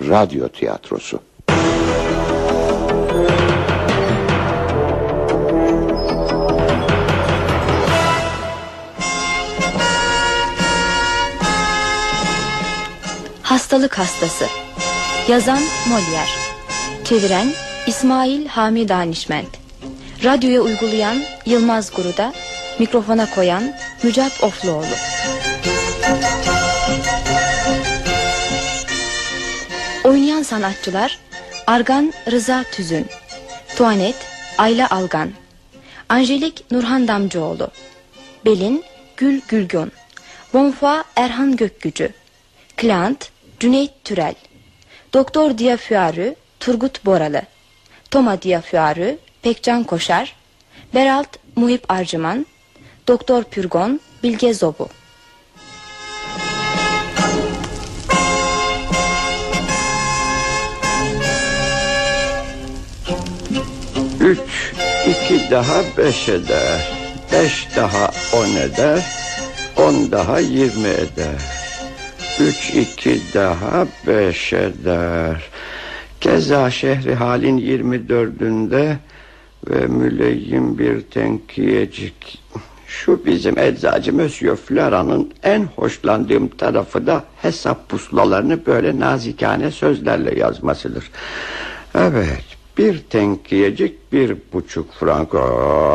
radyo tiyatrosu. Hastalık Hastası Yazan Molière Çeviren İsmail Hami Danişment Radyoya uygulayan Yılmaz Guruda Mikrofona koyan Mücap Ofluoğlu Oynayan sanatçılar Argan Rıza Tüzün Tuanet Ayla Algan Angelik Nurhan Damcıoğlu Belin Gül Gülgün Bonfa Erhan Gökgücü Klant Cüneyt Türel Doktor Diyafüarı Turgut Boralı Toma Diyafüarı Pekcan Koşar Beralt Muhip Arcıman Doktor Pürgon Bilge Zobu Üç, iki daha beş eder. Beş daha on eder. On daha yirmi eder. Üç, iki daha beş eder. Keza şehri halin yirmi dördünde ve müleyyim bir tenkiyecik. Şu bizim eczacı Monsieur Flara'nın en hoşlandığım tarafı da hesap puslalarını böyle nazikane sözlerle yazmasıdır. Evet, bir tenkiyecik bir buçuk frank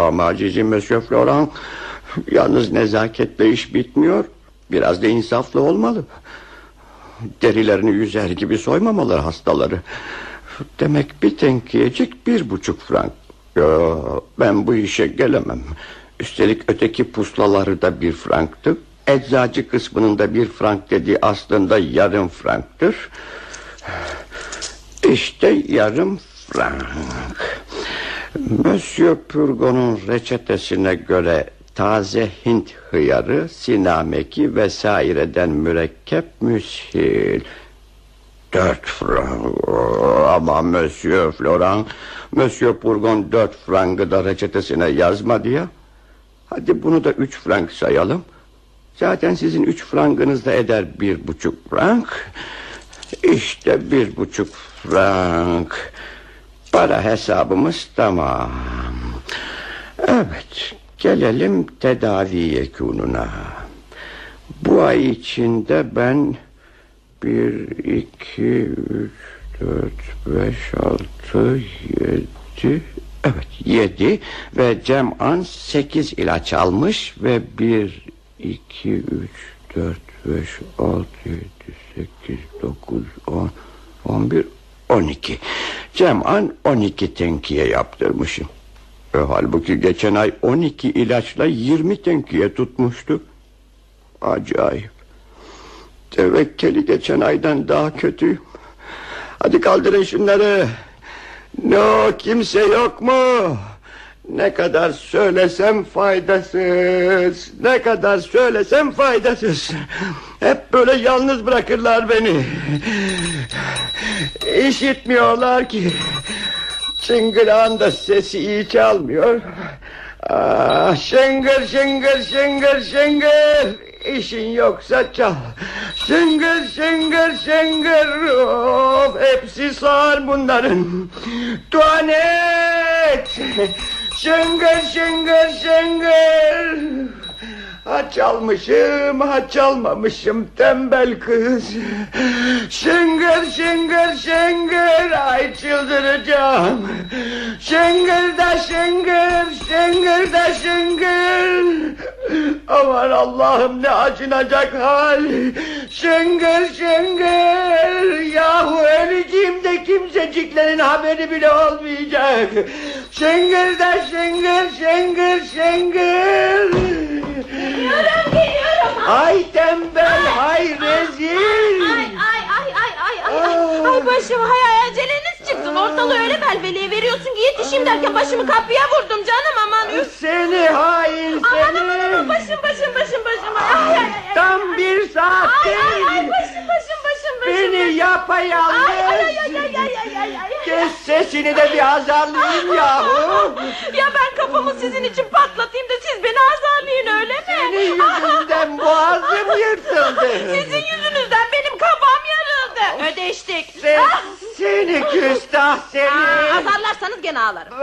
Ama cici Monsieur Florent Yalnız nezaketle iş bitmiyor Biraz da insaflı olmalı Derilerini yüzer gibi soymamaları hastaları Demek bir tenkiyecik bir buçuk frank Yo, Ben bu işe gelemem Üstelik öteki puslaları da bir franktı Eczacı kısmının da bir frank dediği aslında yarım franktır işte yarım frank. Monsieur Purgon'un reçetesine göre taze Hint hıyarı, sinameki vesaireden mürekkep müsil. Dört frank. Ama Monsieur Florent, Monsieur Purgon dört frankı da reçetesine yazmadı ya. Hadi bunu da üç frank sayalım. Zaten sizin üç frankınız da eder bir buçuk frank. İşte bir buçuk frank. Para hesabımız tamam. Evet, gelelim tedavi yekununa. Bu ay içinde ben bir, iki, üç, dört, beş, altı, yedi... Evet, yedi ve Cem An sekiz ilaç almış ve bir, iki, üç, 4, 5, 6, 7, 8, 9, 10, 11, 12. Ceman 12 tenkiye yaptırmışım. E, halbuki geçen ay 12 ilaçla 20 tenkiye tutmuştu. Acayip. Tevekkeli geçen aydan daha kötüyüm. Hadi kaldırın şunları. Ne o kimse yok mu? Ne kadar söylesem faydasız Ne kadar söylesem faydasız Hep böyle yalnız bırakırlar beni İşitmiyorlar ki Çıngırağın da sesi iyi çalmıyor Ah, şıngır şıngır şıngır şıngır İşin yoksa çal Şıngır şıngır şıngır of, Hepsi sağır bunların Tuanet Şıngır şıngır şıngır Ha çalmışım ha çalmamışım tembel kız Şıngır şıngır şıngır ay çıldıracağım Şıngır da şıngır şıngır da şıngır Aman Allah'ım ne acınacak hal Şıngır şıngır Yahu öleceğim de kimseciklerin haberi bile olmayacak Şıngır da şıngır şıngır şıngır Geliyorum geliyorum. Ay tembel hay rezil Ah. Ay ay ay ay ay ay. Aa. Ay, ay başım hay ay aceleniz çıktı. Ortalığı öyle belveleye veriyorsun ki yetişeyim derken başımı kapıya vurdum canım aman üf. Ah. Seni hain Aman aman aman seni başım başım başım başım. Ay ay ay. ay. Tam bir Ay ay ay saattir başım başım başım başım. Beni yapayalnız Ay ay ay ay ay ay ay ay. ay. Ah, Kes sesini de bir azarlayayım yahu Ya ben kafamı sizin için patlatayım da siz beni azarlayın öyle mi? Ah, Senin yüzünden boğazım yırtıldı Sizin yüzünüzden benim kafam yarıldı. Öyle ödeştik. Sen, Ah! seni küstah Aa, seni. azarlarsanız gene ağlarım.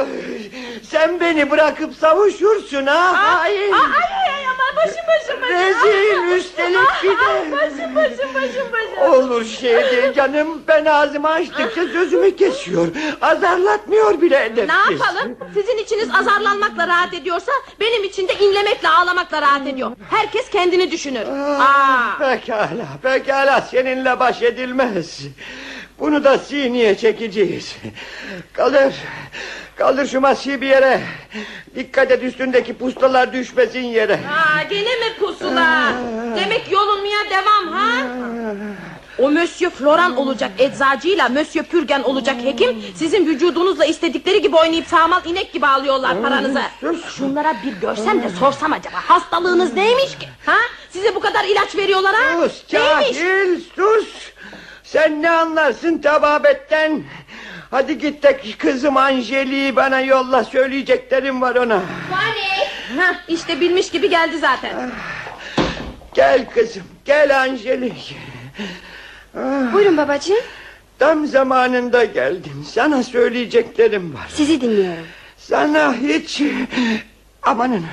Sen beni bırakıp savuşursun ha. Hain. Aa, ay ay ay aman başım başım başım. Rezil, üstelik bir de. Aa, Başım başım başım başım. Olur şey değil canım. Ben ağzımı açtıkça sözümü kesiyor. Azarlatmıyor bile Ne edepsiz. yapalım? Sizin içiniz azarlanmakla rahat ediyorsa benim için de inlemekle ağlamakla rahat ediyor. Herkes kendini düşünür. Ah, Aa, Pekala, pekala seninle baş edilmez. Bunu da siniye çekeceğiz. Kaldır, kaldır şu masayı bir yere. Dikkat et üstündeki pustalar düşmesin yere. aa gene mi pusula? Demek yolunmaya devam ha? O Monsieur Floran olacak eczacıyla Monsieur Pürgen olacak hekim sizin vücudunuzla istedikleri gibi oynayıp sağmal inek gibi alıyorlar paranızı. Şunlara bir görsem de sorsam acaba hastalığınız neymiş ki? Ha? Size bu kadar ilaç veriyorlar ha? Sus Neymiş? cahil, sus. Sen ne anlarsın tababetten? Hadi git de kızım Anjeli'yi bana yolla söyleyeceklerim var ona. Hah, işte bilmiş gibi geldi zaten. Gel kızım, gel Anjelik. Buyurun babacığım Tam zamanında geldim. Sana söyleyeceklerim var. sizi dinliyorum. Sana hiç... Amanın,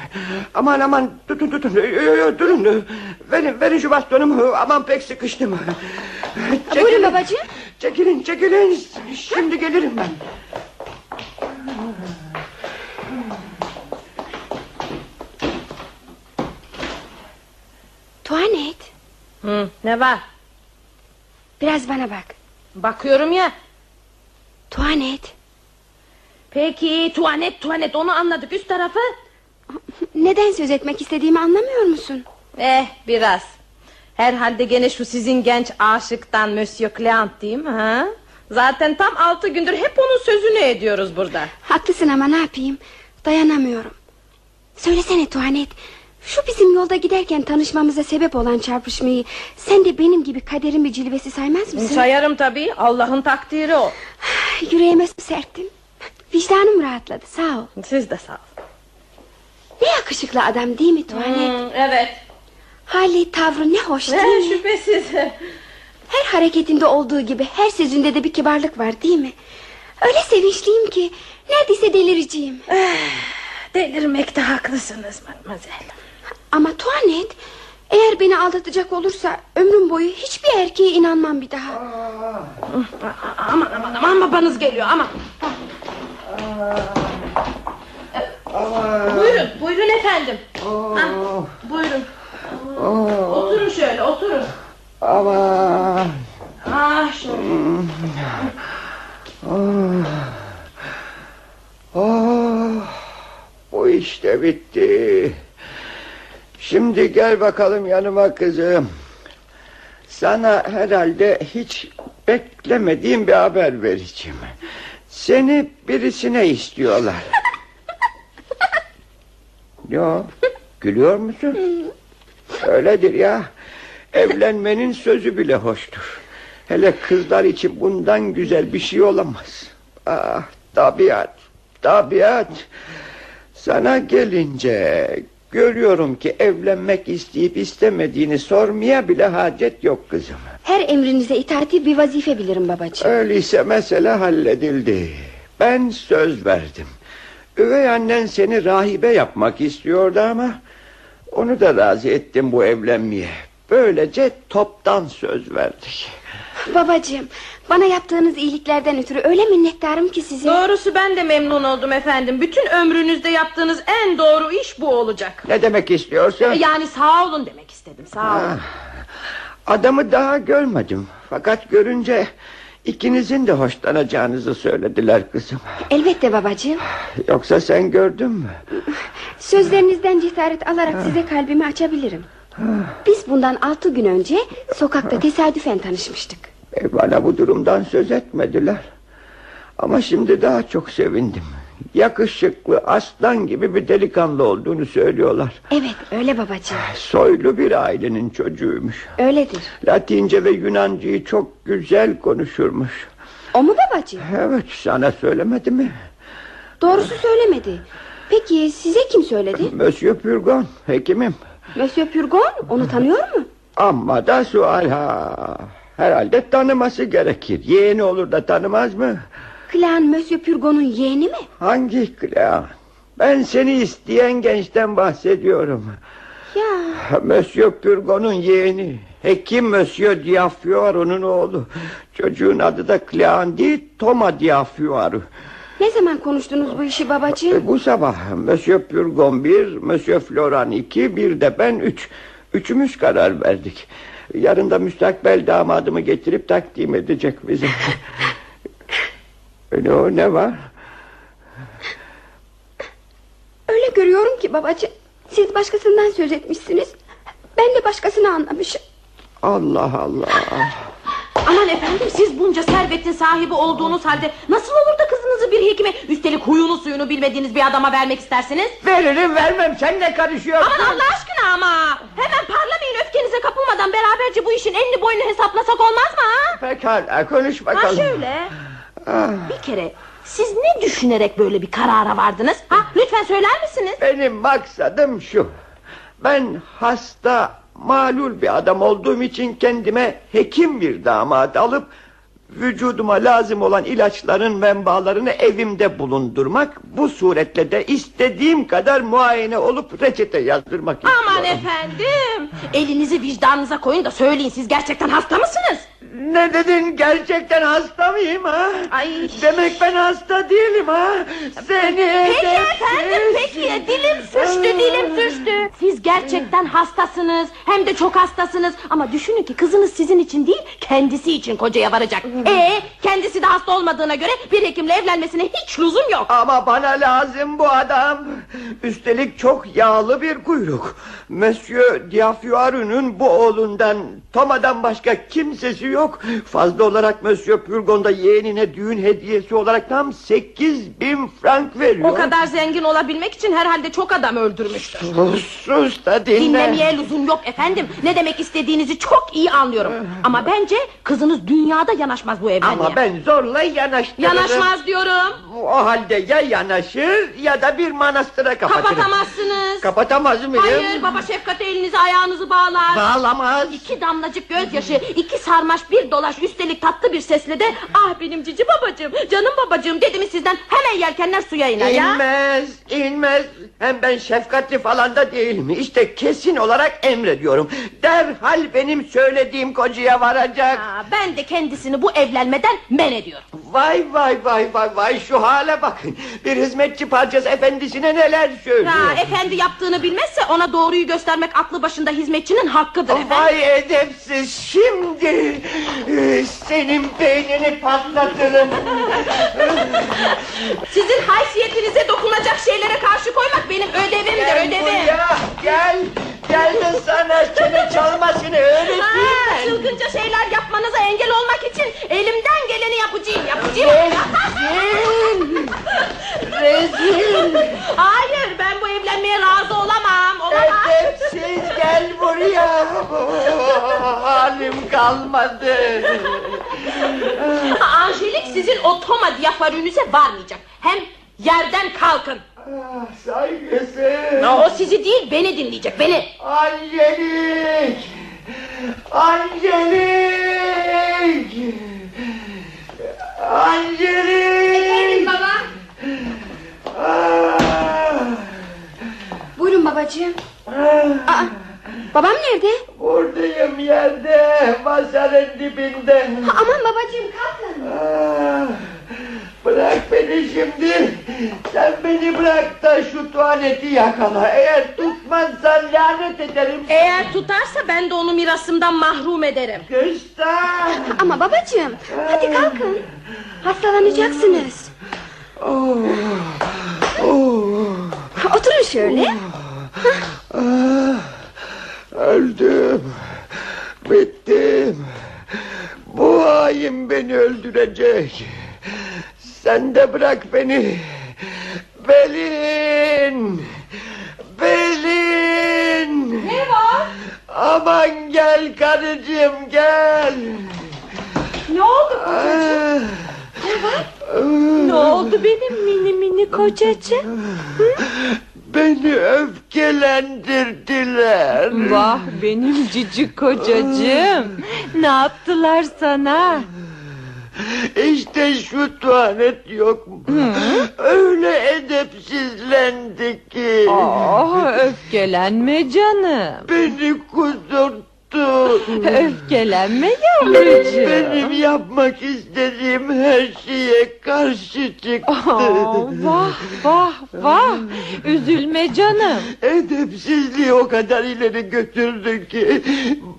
aman aman tutun tutun, Yo, yo, yo, durun. Verin, verin şu bastonumu, aman pek sıkıştım. Buyurun babacığım. Çekilin, çekilin, şimdi gelirim ben. Tuanet Hı, ne var? biraz bana bak. Bakıyorum ya. Tuanet Peki tuanet tuanet onu anladık üst tarafı. neden söz etmek istediğimi anlamıyor musun? Eh biraz. Herhalde gene şu sizin genç aşıktan Monsieur Cleant değil mi? Ha? Zaten tam altı gündür hep onun sözünü ediyoruz burada. Haklısın ama ne yapayım Dayanamıyorum Söylesene Tuhanet Şu bizim yolda giderken tanışmamıza sebep olan çarpışmayı Sen de benim gibi kaderin bir cilvesi saymaz mısın? Sayarım tabii Allah'ın takdiri o. Yüreğime su serptim Vicdanım rahatladı sağ ol Siz de sağ olun. Ne yakışıklı adam değil mi Tuhanet evet. Hali tavrı ne hoş değil Eh, mi? şüphesiz. Her hareketinde olduğu gibi her sözünde de bir kibarlık var değil mi? Öyle sevinçliyim ki Neredeyse delireceğim Eh, Delirmekte haklısınız mademoiselle. Ama Tuhanet Eğer beni aldatacak olursa Ömrüm boyu hiçbir erkeğe inanmam bir daha Ah. Aman aman aman babanız geliyor aman. Buyurun buyurun efendim. Ah, buyurun. Oturun şöyle oturun. Aman, Ah şöyle. Ah. oh, bu işte bitti. Şimdi gel bakalım yanıma kızım. Sana herhalde hiç beklemediğim bir haber vereceğim. Seni birisine istiyorlar. Yo, gülüyor musun? Öyledir ya. Evlenmenin sözü bile hoştur. Hele kızlar için bundan güzel bir şey olamaz. Ah, tabiat, tabiat. Sana gelince görüyorum ki evlenmek isteyip istemediğini sormaya bile hacet yok kızım. Her emrinize itaati bir vazife bilirim babacığım. Öyleyse mesele halledildi. Ben söz verdim. Üvey annen seni rahibe yapmak istiyordu ama... ...onu da razı ettim bu evlenmeye. Böylece toptan söz verdik. Babacığım, bana yaptığınız iyiliklerden ötürü öyle minnettarım ki sizin. Doğrusu ben de memnun oldum efendim. Bütün ömrünüzde yaptığınız en doğru iş bu olacak. Ne demek istiyorsun? Yani sağ olun demek istedim sağ olun. Adamı daha görmedim. Fakat görünce... ...ikinizin de hoşlanacağınızı söylediler kızım. Elbette babacığım. Yoksa sen gördün mü? Sözlerinizden cesaret alarak size kalbimi açabilirim. Biz bundan altı gün önce sokakta tesadüfen tanışmıştık. E, bana bu durumdan söz etmediler. Ama şimdi daha çok sevindim. Yakışıklı aslan gibi bir delikanlı olduğunu söylüyorlar. Evet, öyle babacığım. Soylu bir ailenin çocuğuymuş. Öyledir. Latince ve Yunancıyı çok güzel konuşurmuş. O mu babacığım? Evet sana söylemedi mi? Doğrusu söylemedi. Peki size kim söyledi? Monsieur Purgon hekimim. Monsieur Purgon, onu tanıyor mu? Amma da sual ha. Herhalde tanıması gerekir. Yeğeni olur da tanımaz mı? Clan Monsieur Purgon'un yeğeni mi? Hangi Clea? Ben seni isteyen gençten bahsediyorum. Ya Monsieur Purgon'un yeğeni. Hekim Monsieur Diafioru'nun oğlu. Çocuğun adı da Clean değil Toma Diafioru. ne zaman konuştunuz bu işi babacığım? E, bu sabah Monsieur Purgon bir, Monsieur Floran iki, bir de ben üç. Üçümüz karar verdik. Yarın da müstakbel damadımı getirip takdim edecek bize. E, ne o ne var? Öyle görüyorum ki babacığım. Siz başkasından söz etmişsiniz. Ben de başkasını anlamışım. Allah Allah. Aman efendim siz bunca servetin sahibi olduğunuz halde Nasıl olur da kızınızı bir hekime Üstelik huyunu suyunu bilmediğiniz bir adama vermek istersiniz Veririm vermem sen ne karışıyorsun? Aman Allah aşkına ama Hemen parlamayın öfkenize kapılmadan Beraberce bu işin elini boynunu hesaplasak olmaz mı ha? Pekala konuş Ha bakalım. şöyle Bir kere siz ne düşünerek böyle bir karara vardınız? Ha lütfen söyler misiniz? Benim maksadım şu. Ben hasta, malul bir adam olduğum için kendime hekim bir damat alıp vücuduma lazım olan ilaçların menbaalarını evimde bulundurmak, bu suretle de istediğim kadar muayene olup reçete yazdırmak Aman istiyorum. efendim Elinizi vicdanınıza koyun da söyleyin siz gerçekten hasta mısınız? Ne dedin gerçekten hasta mıyım ha? Ay. Demek ben hasta değilim ha? Seni Peki efendim peki dilim sürçtü dilim sürçtü Siz gerçekten hastasınız hem de çok hastasınız Ama düşünün ki kızınız sizin için değil kendisi için kocaya varacak Hmm. Ee, kendisi de hasta olmadığına göre bir hekimle evlenmesine hiç lüzum yok Ama bana lazım bu adam. Üstelik çok yağlı bir kuyruk. Monsieur Diafioru'nun bu oğlundan, Toma'dan başka kimsesi yok. Fazla olarak Monsieur Purgon'da yeğenine düğün hediyesi olarak tam 8000 bin frank veriyor. O kadar zengin olabilmek için herhalde çok adam öldürmüştür Sus, sus da dinle. Dinlemeye lüzum yok efendim Ne demek istediğinizi çok iyi anlıyorum Ama bence kızınız dünyada yanaşmaz bu evlenmeye Ama ben zorla yanaştırırım. Yanaşmaz diyorum O halde ya yanaşır ya da bir manastıra kapatırım. Kapatamazsınız Kapatamaz mıyım? Hayır baba şefkate elinizi ayağınızı bağlar Bağlamaz. İki damlacık gözyaşı, iki sarmaş bir dolaş üstelik tatlı bir sesle de ah benim cici babacığım, canım babacığım dedi mi sizden hemen yelkenler suya iner ya. İnmez, inmez. Hem ben şefkatli falan da değilim. İşte kesin olarak emrediyorum. Derhal benim söylediğim kocaya varacak. Aa, ben de kendisini bu evlenmeden men ediyorum. Vay vay vay vay vay şu hale bakın. Bir hizmetçi parçası efendisine neler söylüyor. Ya, efendi yaptığını bilmezse ona doğruyu göstermek aklı başında hizmetçinin hakkıdır efendim. Vay edepsiz şimdi e, senin beynini patlatırım. Sizin haysiyetinize dokunacak şeylere karşı koymak benim ödevimdir ödevim. buraya, gel gel de sana kimi çalmasını öğreteyim Aa, ben. çılgınca şeyler yapmanıza engel olmak için elimden geleni yapacağım yapacağım. Rezil, rezil. Hayır ben bu evlenmeye razı olamam. Olamam. Edepsiz gel buraya. Halim kalmadı. Anjelik sizin o Toma diyafarünüze varmayacak. Hem yerden kalkın. Ah, Saygısız. O sizi değil beni dinleyecek beni. Angelik. Angelik. Angelik. Baba. Ah, Buyurun babacığım. ah. Babam nerede? Buradayım yerde, masanın dibinde. Aman babacığım kalkın. Ah, Bırak beni şimdi. Sen beni bırak da şu tuvaleti yakala. Eğer tutmazsan lanet ederim. Eğer tutarsa ben de onu mirasımdan mahrum ederim. Kışta. Ama babacığım hadi kalkın. Hastalanacaksınız. Oturun şöyle. Ah. Öldüm. Bittim. Bu hain beni öldürecek. Sen de bırak beni. Belin. Belin. Ne var? Aman gel karıcığım gel. Ne oldu? Ah. Ne oldu benim mini mini kocacığım? Beni öfkelendirdiler. Ah. Vah benim cici kocacığım. Ne yaptılar sana? İşte şu tuvalet yok mu? Öyle edepsizlendi ki. Ah, Oh öfkelenme canım. Beni kudurttu. Öfkelenme yavrucuğum. Benim yapmak istediğim her şeye karşı çıktı. Oh, vah vah vah. Üzülme canım. Edepsizliği o kadar ileri götürdü ki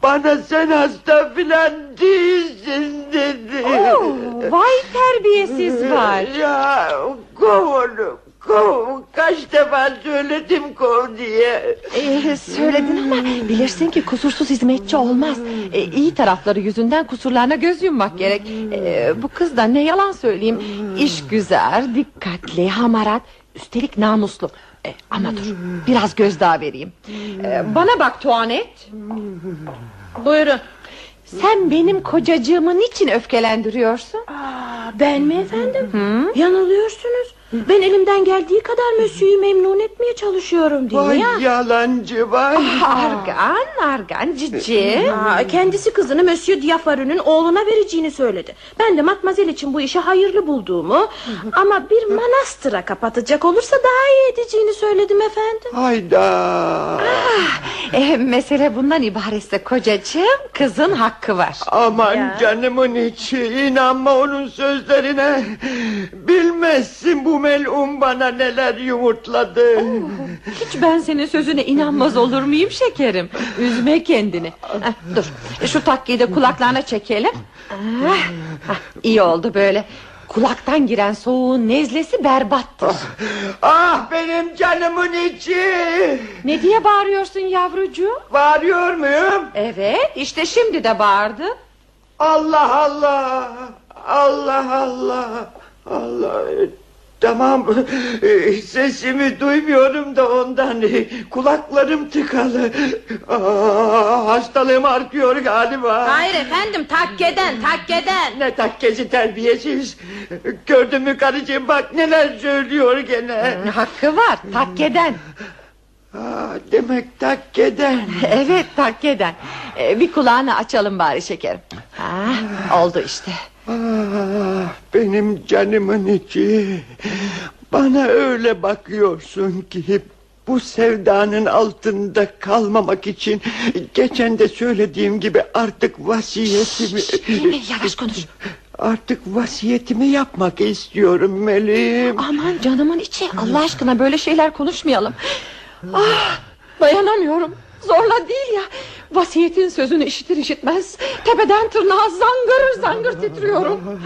bana sen hasta filan değilsin dedi. Oo, Oh, vay terbiyesiz var. Ya kov onu kov. Kaç defa söyledim kov diye. Ee, söyledin ama bilirsin ki kusursuz hizmetçi olmaz. Ee, iyi tarafları yüzünden kusurlarına göz yummak gerek. Ee, bu kız da ne yalan söyleyeyim. İş güzel, dikkatli, hamarat, üstelik namuslu. Ee, ama dur, biraz gözdağı vereyim. Ee, bana bak Tuanet. Buyurun. Sen benim kocacığımı niçin öfkelendiriyorsun? Ben mi efendim? Yanılıyorsunuz. Ben elimden geldiği kadar Mösyö'yü memnun etmeye çalışıyorum diye. Vay ya. Ah, yalancı vay. Argan, argan cici. Aa, kendisi kızını Monsieur Diafarü'nün oğluna vereceğini söyledi. Ben de matmazel için bu işe hayırlı bulduğumu ama bir manastıra kapatacak olursa daha iyi edeceğini söyledim efendim. Hayda. Ee, Ah, mesele bundan ibaretse kocacığım kızın hakkı var. Aman Ya. canımın içi inanma onun sözlerine Bilmezsin bu melun bana neler yumurtladı Oh, Hiç ben senin sözüne inanmaz olur muyum şekerim? Üzme kendini. Heh, dur şu takkiyi de kulaklarına çekelim. Ah, hah, iyi oldu böyle. Kulaktan giren soğuğun nezlesi berbattır. Ah benim canımın içi Ne diye bağırıyorsun yavrucuğum? Bağırıyor muyum Evet işte şimdi de bağırdı. Allah Allah Allah Allah Allah e, Tamam e, sesimi duymuyorum da ondan e, kulaklarım tıkalı Aa, Hastalığım artıyor galiba Hayır efendim takkeden takkeden. Ne takkesi terbiyesiz. Gördün mü karıcığım bak neler söylüyor gene. Hakkı var takkeden. Aa, demek takkeden. Evet takkeden. Ee, bir kulağını açalım bari şekerim. Ah, oldu işte. Ah, benim canımın içi. Bana öyle bakıyorsun ki bu sevdanın altında kalmamak için geçen de söylediğim gibi artık vasiyetimi Emre, yavaş konuş. artık vasiyetimi yapmak istiyorum Melim. Aman canımın içi Şey, Allah aşkına böyle şeyler konuşmayalım ah, Dayanamıyorum Zorla değil ya Vasiyetin sözünü işitir işitmez Tepeden tırnağa zangır zangır titriyorum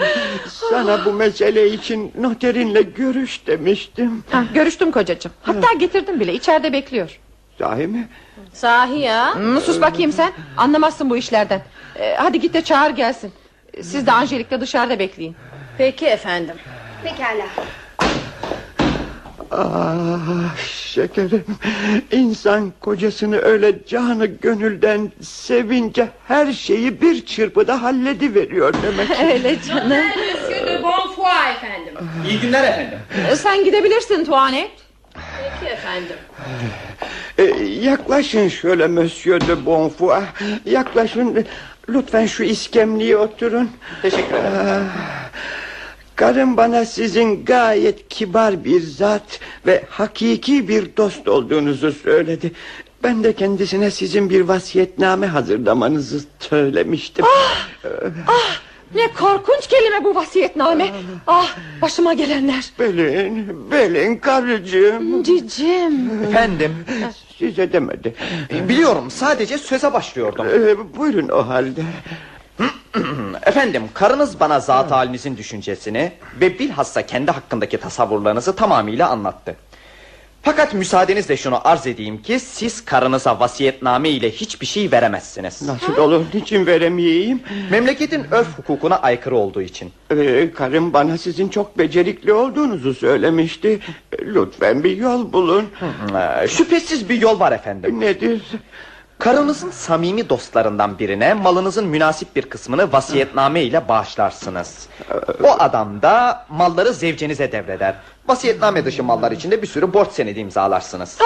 Sana bu mesele için noterinle görüş demiştim. ha, Görüştüm kocacığım Hatta getirdim bile içeride bekliyor Sahi mi? Sahi ya. Hmm, Sus bakayım sen anlamazsın bu işlerden Ee, Hadi git de çağır gelsin Siz de Angelik'le dışarıda bekleyin Peki efendim. Pekala. Ah şekerim insan kocasını öyle canı gönülden sevince her şeyi bir çırpıda hallediveriyor demek. Öyle canım Monsieur de Bonfoy efendim. İyi günler efendim. Ee, Sen gidebilirsin Tuanet Peki efendim. Ee, yaklaşın şöyle Monsieur de Bonfoy yaklaşın lütfen şu iskemliğe oturun. Ee, Teşekkür ederim. Karım bana sizin gayet kibar bir zat ve hakiki bir dost olduğunuzu söyledi. Ben de kendisine sizin bir vasiyetname hazırlamanızı söylemiştim. Ee, Ne korkunç kelime bu vasiyetname Ah başıma gelenler Belin, belin karıcığım. Cicim Efendim. Ee, Size demedi. Biliyorum sadece söze başlıyordum. Ee, buyurun o halde. Efendim karınız bana zat halinizin düşüncesini ve bilhassa kendi hakkındaki tasavvurlarınızı tamamıyla anlattı. Fakat müsaadenizle şunu arz edeyim ki siz karınıza vasiyetname ile hiçbir şey veremezsiniz. Nasıl olur? Niçin veremeyeyim? Memleketin örf hukukuna aykırı olduğu için. Ee, karım bana sizin çok becerikli olduğunuzu söylemişti. Lütfen bir yol bulun. Ee, Şüphesiz bir yol var efendim. Nedir? Karınızın samimi dostlarından birine malınızın münasip bir kısmını vasiyetname ile bağışlarsınız. O adam da malları zevcenize devreder. Vasiyetname dışı mallar için de bir sürü borç senedi imzalarsınız.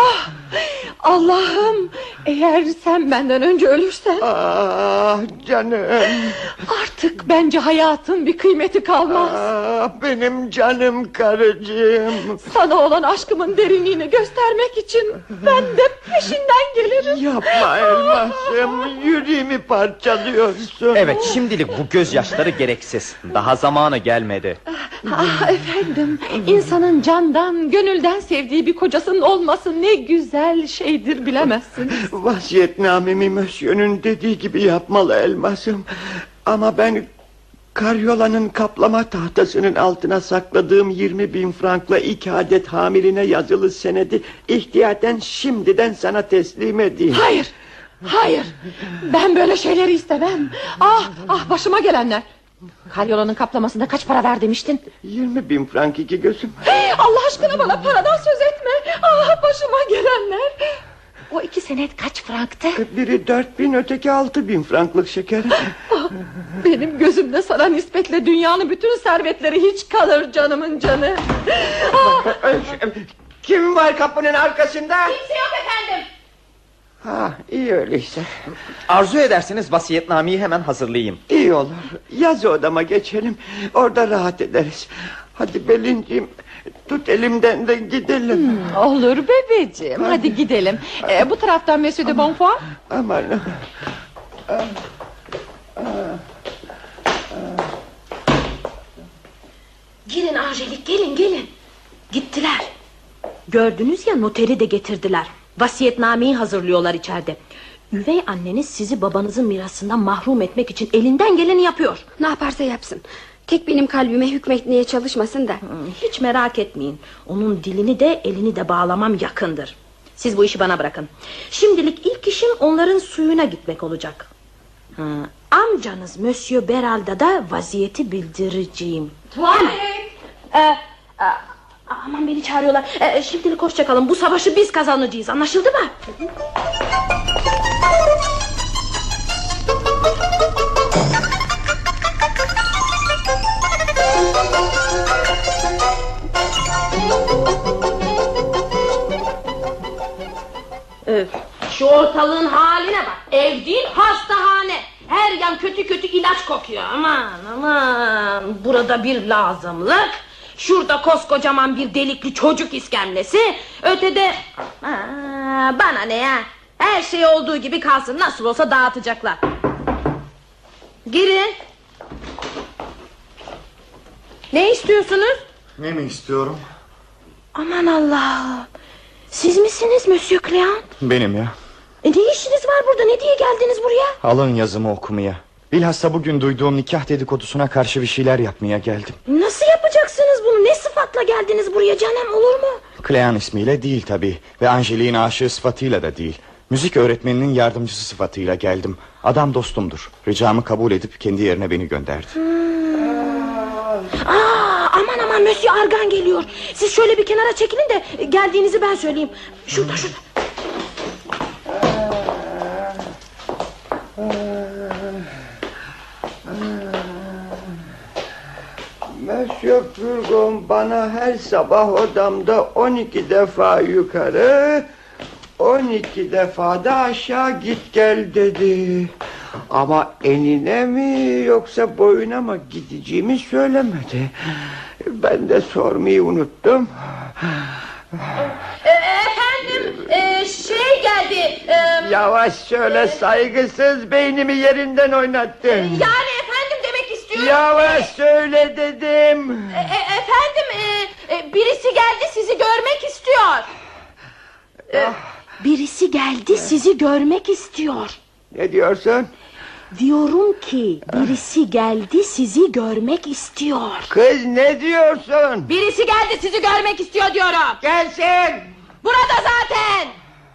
Allah'ım eğer sen benden önce ölürsen Ah canım artık bence hayatın bir kıymeti kalmaz. ah, Benim canım karıcığım Sana olan aşkımın derinliğini göstermek için ben de peşinden gelirim. Yapma elmasım Yüreğimi parçalıyorsun Evet şimdilik bu gözyaşları gereksiz. Daha zamanı gelmedi. Hmm. Ah efendim insanın candan gönülden sevdiği bir kocasının olması ne güzel şeydir bilemezsin. Vasiyetnamemi Mösyö'nün dediği gibi yapmalı elmasım. Ama ben karyolanın kaplama tahtasının altına sakladığım 20 bin frankla iki adet hamiline yazılı senedi ihtiyaten şimdiden sana teslim edeyim. Hayır hayır ben böyle şeyleri istemem. Ah ah başıma gelenler. Karyolanın kaplamasında kaç para ver demiştin? 20 bin frank iki gözüm. Hey, Allah aşkına bana paradan söz etme. Ah başıma gelenler. O iki senet kaç franktı? Biri 4 bin öteki 6 bin franklık şeker. Ah, Benim gözümde sana nispetle dünyanın bütün servetleri hiç kalır canımın canı. Kim var kapının arkasında? Kimse yok efendim. Ha Ah, iyi öyleyse. Arzu ederseniz vasiyetnameyi hemen hazırlayayım. İyi olur. Yaz odama geçelim. Orada rahat ederiz. Hadi Belinciğim tut elimden de gidelim. Olur bebeciğim hadi gidelim. Ee, bu taraftan Monsieur de Bonfoy. Aman. Gelin Angelik gelin gelin. Gittiler. Gördünüz ya noteri de getirdiler. Vasiyetnameyi hazırlıyorlar içeride. Üvey anneniz sizi babanızın mirasından mahrum etmek için elinden geleni yapıyor. Ne yaparsa yapsın. Tek benim kalbime hükmetmeye çalışmasın da. Hmm, Hiç merak etmeyin. Onun dilini de elini de bağlamam yakındır. Siz bu işi bana bırakın. Şimdilik ilk işim onların suyuna gitmek olacak. Ha, amcanız Monsieur Beral'da da vaziyeti bildireceğim. Ee, e, aman beni çağırıyorlar. Ee, şimdilik hoşçakalın. Bu savaşı biz kazanacağız. Anlaşıldı mı? Öf. Şu ortalığın haline bak. Ev değil hastahane. Her yan kötü kötü ilaç kokuyor. Aman aman. Burada bir lazımlık. Şurada koskocaman bir delikli çocuk iskemlesi. Ötede... Aa, bana ne ya? Her şey olduğu gibi kalsın. Nasıl olsa dağıtacaklar. Girin. Ne istiyorsunuz? Ne mi istiyorum? Aman Allah'ım. Siz misiniz Monsieur Cleant? Benim ya. E ne işiniz var burada? Ne diye geldiniz buraya? Alın yazımı okumaya. Bilhassa bugün duyduğum nikah dedikodusuna karşı bir şeyler yapmaya geldim. Nasıl yapacaksınız bunu? Ne sıfatla geldiniz buraya canım olur mu? Klean ismiyle değil tabi ve Angelik'in aşığı sıfatıyla da değil. Müzik öğretmeninin yardımcısı sıfatıyla geldim. Adam dostumdur. Ricamı kabul edip kendi yerine beni gönderdi. Aa, aman aman Monsieur Argan geliyor. Siz şöyle bir kenara çekilin de e, geldiğinizi ben söyleyeyim. Şurada şurada. Monsieur Purgon bana her sabah odamda 12 defa yukarı 12 defa da aşağı git gel dedi. Ama enine mi yoksa boyuna mı gideceğimi söylemedi. Ben de sormayı unuttum. E, efendim şey geldi. Yavaş söyle saygısız beynimi yerinden oynattın. yani efendim demek istiyorum. Yavaş söyle dedim. efendim e, birisi geldi sizi görmek istiyor. E, birisi geldi sizi görmek istiyor. Ne diyorsun? Diyorum ki Eh. birisi geldi sizi görmek istiyor. Kız ne diyorsun? Birisi geldi sizi görmek istiyor diyorum. Gelsin. Burada zaten.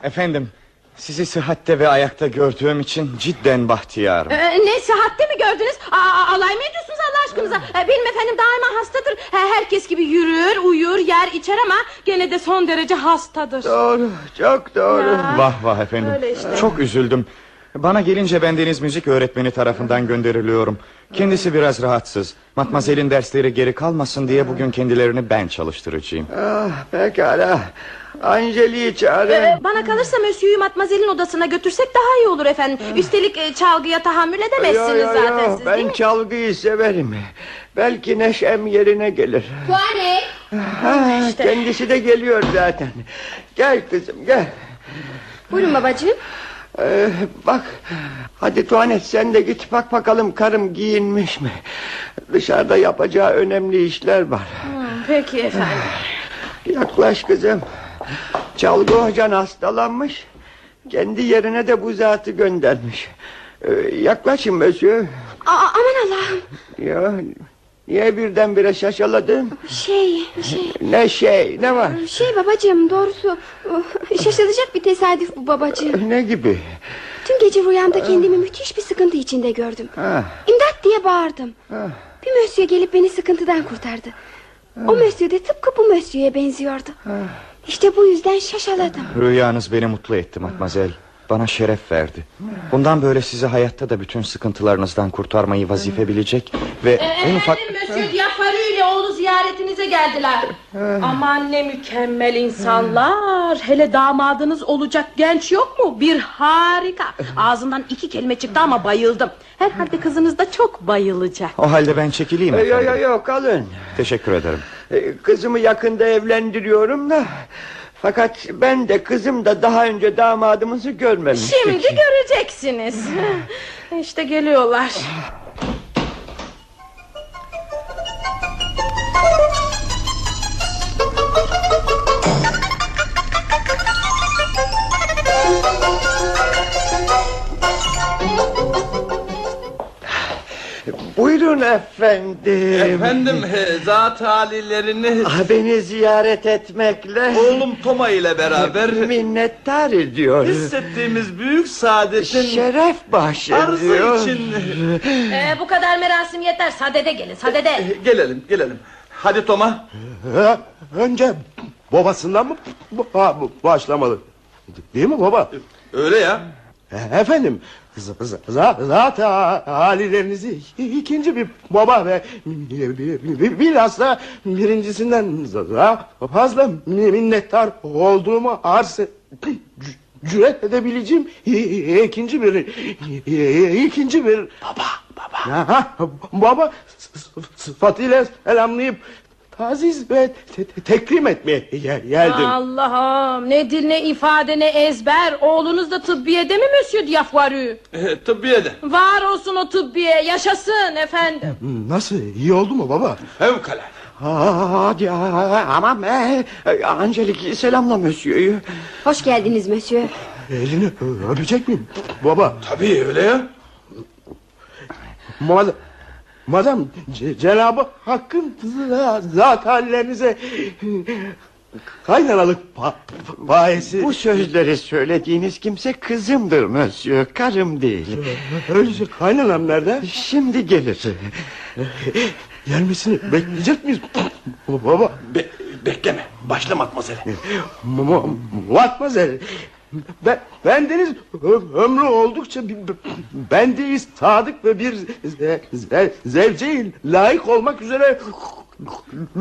Efendim Sizi sıhhatte ve ayakta gördüğüm için cidden bahtiyarım. Ee, ne sıhhatte mi gördünüz? Aa, alay mı ediyorsunuz Allah aşkınıza? Eh. Ee, benim efendim daima hastadır. He, herkes gibi yürür, uyur, yer, içer ama gene de son derece hastadır. Doğru çok doğru Vah vah efendim. Öyle işte. Çok üzüldüm. Bana gelince ben deniz müzik öğretmeni tarafından gönderiliyorum. Kendisi biraz rahatsız. Matmazel'in dersleri geri kalmasın diye bugün kendilerini ben çalıştıracağım. Ah, pekala Angeli'yi çağırın Ee, bana kalırsa Mösyö'yü Matmazel'in odasına götürsek daha iyi olur efendim. Eh. Üstelik e, çalgıya tahammül edemezsiniz Yo, yo, yo, zaten siz değil Ben mi? çalgıyı severim Belki neşem yerine gelir Tuanet. Ha, Kendisi de geliyor zaten Gel kızım gel Buyurun babacığım. Ee, bak hadi Tuanet sen de git bak bakalım karım giyinmiş mi Dışarıda yapacağı önemli işler var Hmm, Peki efendim. Yaklaş kızım Çalgı hocan hastalanmış Kendi yerine de bu zatı göndermiş ee, Yaklaşın Mösyö Aa, aman Allah'ım. Ya niye birdenbire şaşaladın Şey, şey, Ne şey ne var şey babacığım doğrusu oh, şaşılacak bir tesadüf bu babacığım. Ee, Ne gibi Tüm gece rüyamda kendimi müthiş bir sıkıntı içinde gördüm. Ah, ha, İmdat diye bağırdım. Bir mösyö gelip beni sıkıntıdan kurtardı. O mösyö de tıpkı bu mösyöye benziyordu. İşte bu yüzden şaşaladım. Rüyanız beni mutlu etti matmazel. Bana şeref verdi. Bundan böyle sizi hayatta da bütün sıkıntılarınızdan kurtarmayı vazife bilecek ve en ufak... Ee, Ee, Efendim Mösyö Diyafarı ile oğlu ziyaretinize geldiler. Eh. Aman ne mükemmel insanlar. Hele damadınız olacak genç yok mu? Bir harika. Eh. Ağzından iki kelime çıktı ama bayıldım. Herhalde kızınız da çok bayılacak. O halde ben çekileyim Yo yo efendim. yo kalın Teşekkür ederim. Ee, Kızımı yakında evlendiriyorum da Fakat ben de kızım da daha önce damadımızı görmemiştik Şimdi şey. göreceksiniz. İşte geliyorlar. Ah. Buyurun efendim Efendim e, zat halilerini Ah, Beni ziyaret etmekle oğlum Toma ile beraber minnettar ediyoruz hissettiğimiz büyük saadetin Şeref arzı bahşediyor için Ee, bu kadar merasim yeter. Sadede gelin sadede. gelelim gelelim. Hadi Toma. Ee, Önce babasından mı bu- ha, bu- başlamalı? Değil mi baba? Öyle ya. E- Efendim z- z- za- zaten halilerinizi ikinci bir baba ve bi- bi- bi- bi- bilhassa birincisinden z- daha fazla mi- minnettar olduğumu arz e- cü- cüret edebileceğim i- i- ikinci bir i- i- ikinci bir baba baba baba s- s- sıfatıyla selamlayıp taziz ve te- te- tekrim etmeye gel- geldim. Allah'ım ne dil ne ifade ne ezber. Oğlunuz da tıbbiyede mi Mösyö Diyafarı? E, tıbbiye de. Var olsun o tıbbiye yaşasın efendim. Nasıl iyi oldu mu baba? Fevkalade. Hadi ama e, e, Angelik selamla Mösyö'yü Hoş geldiniz Mösyö. Elini ö- öpecek miyim? Baba, Tabii öyle ya. madem, madem C- Cenabı Hakk'ın za- zat hallerinize kaynanalık pa- payesi. Bu sözleri söylediğiniz kimse kızımdır Mösyö Karım değil Öyleyse kaynanam nerede? Şimdi gelir Gelmesini bekleyecek miyiz? Bu Baba, Be- bekleme. Başla matmazele. bakmaz el. Ben, bendeniz ö- ömrü oldukça bi- bi- bendeyiz sadık ve bir ze, ze, zevceyi layık olmak üzere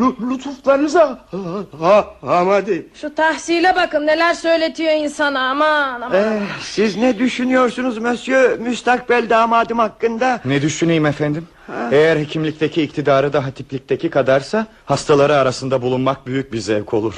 lu- lütuflarınıza ha, ha, amadeyim. Şu tahsile bakın neler söyletiyor insana aman aman. Eh, Siz ne düşünüyorsunuz Mösyö Müstakbel damadım hakkında Ne düşüneyim efendim? Eğer hekimlikteki iktidarı da hatiplikteki kadarsa hastaları arasında bulunmak büyük bir zevk olur.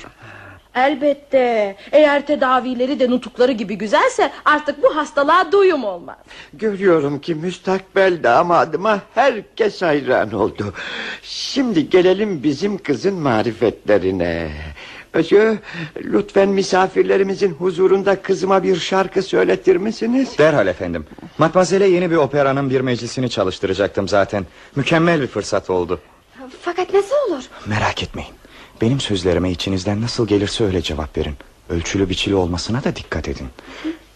Elbette eğer tedavileri de nutukları gibi güzelse artık bu hastalığa doyum olmaz. Görüyorum ki müstakbel damadıma herkes hayran oldu Şimdi gelelim bizim kızın marifetlerine Mösyö lütfen misafirlerimizin huzurunda kızıma bir şarkı söyletir misiniz? Derhal efendim. Matmazel'e yeni bir operanın bir meclisini çalıştıracaktım zaten. Mükemmel bir fırsat oldu. Fakat nasıl olur? Merak etmeyin. Benim sözlerime içinizden nasıl gelirse öyle cevap verin. Ölçülü biçili olmasına da dikkat edin.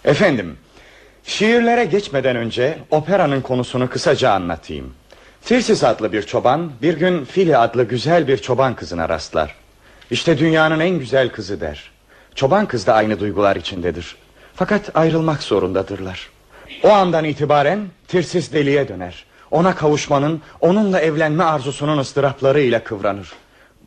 Efendim, şiirlere geçmeden önce operanın konusunu kısaca anlatayım. Tirsis adlı bir çoban bir gün Fili adlı güzel bir çoban kızına rastlar. İşte dünyanın en güzel kızı der. Çoban kız da aynı duygular içindedir. Fakat ayrılmak zorundadırlar. O andan itibaren Tirsis deliye döner. Ona kavuşmanın, onunla evlenme arzusunun ıstıraplarıyla kıvranır.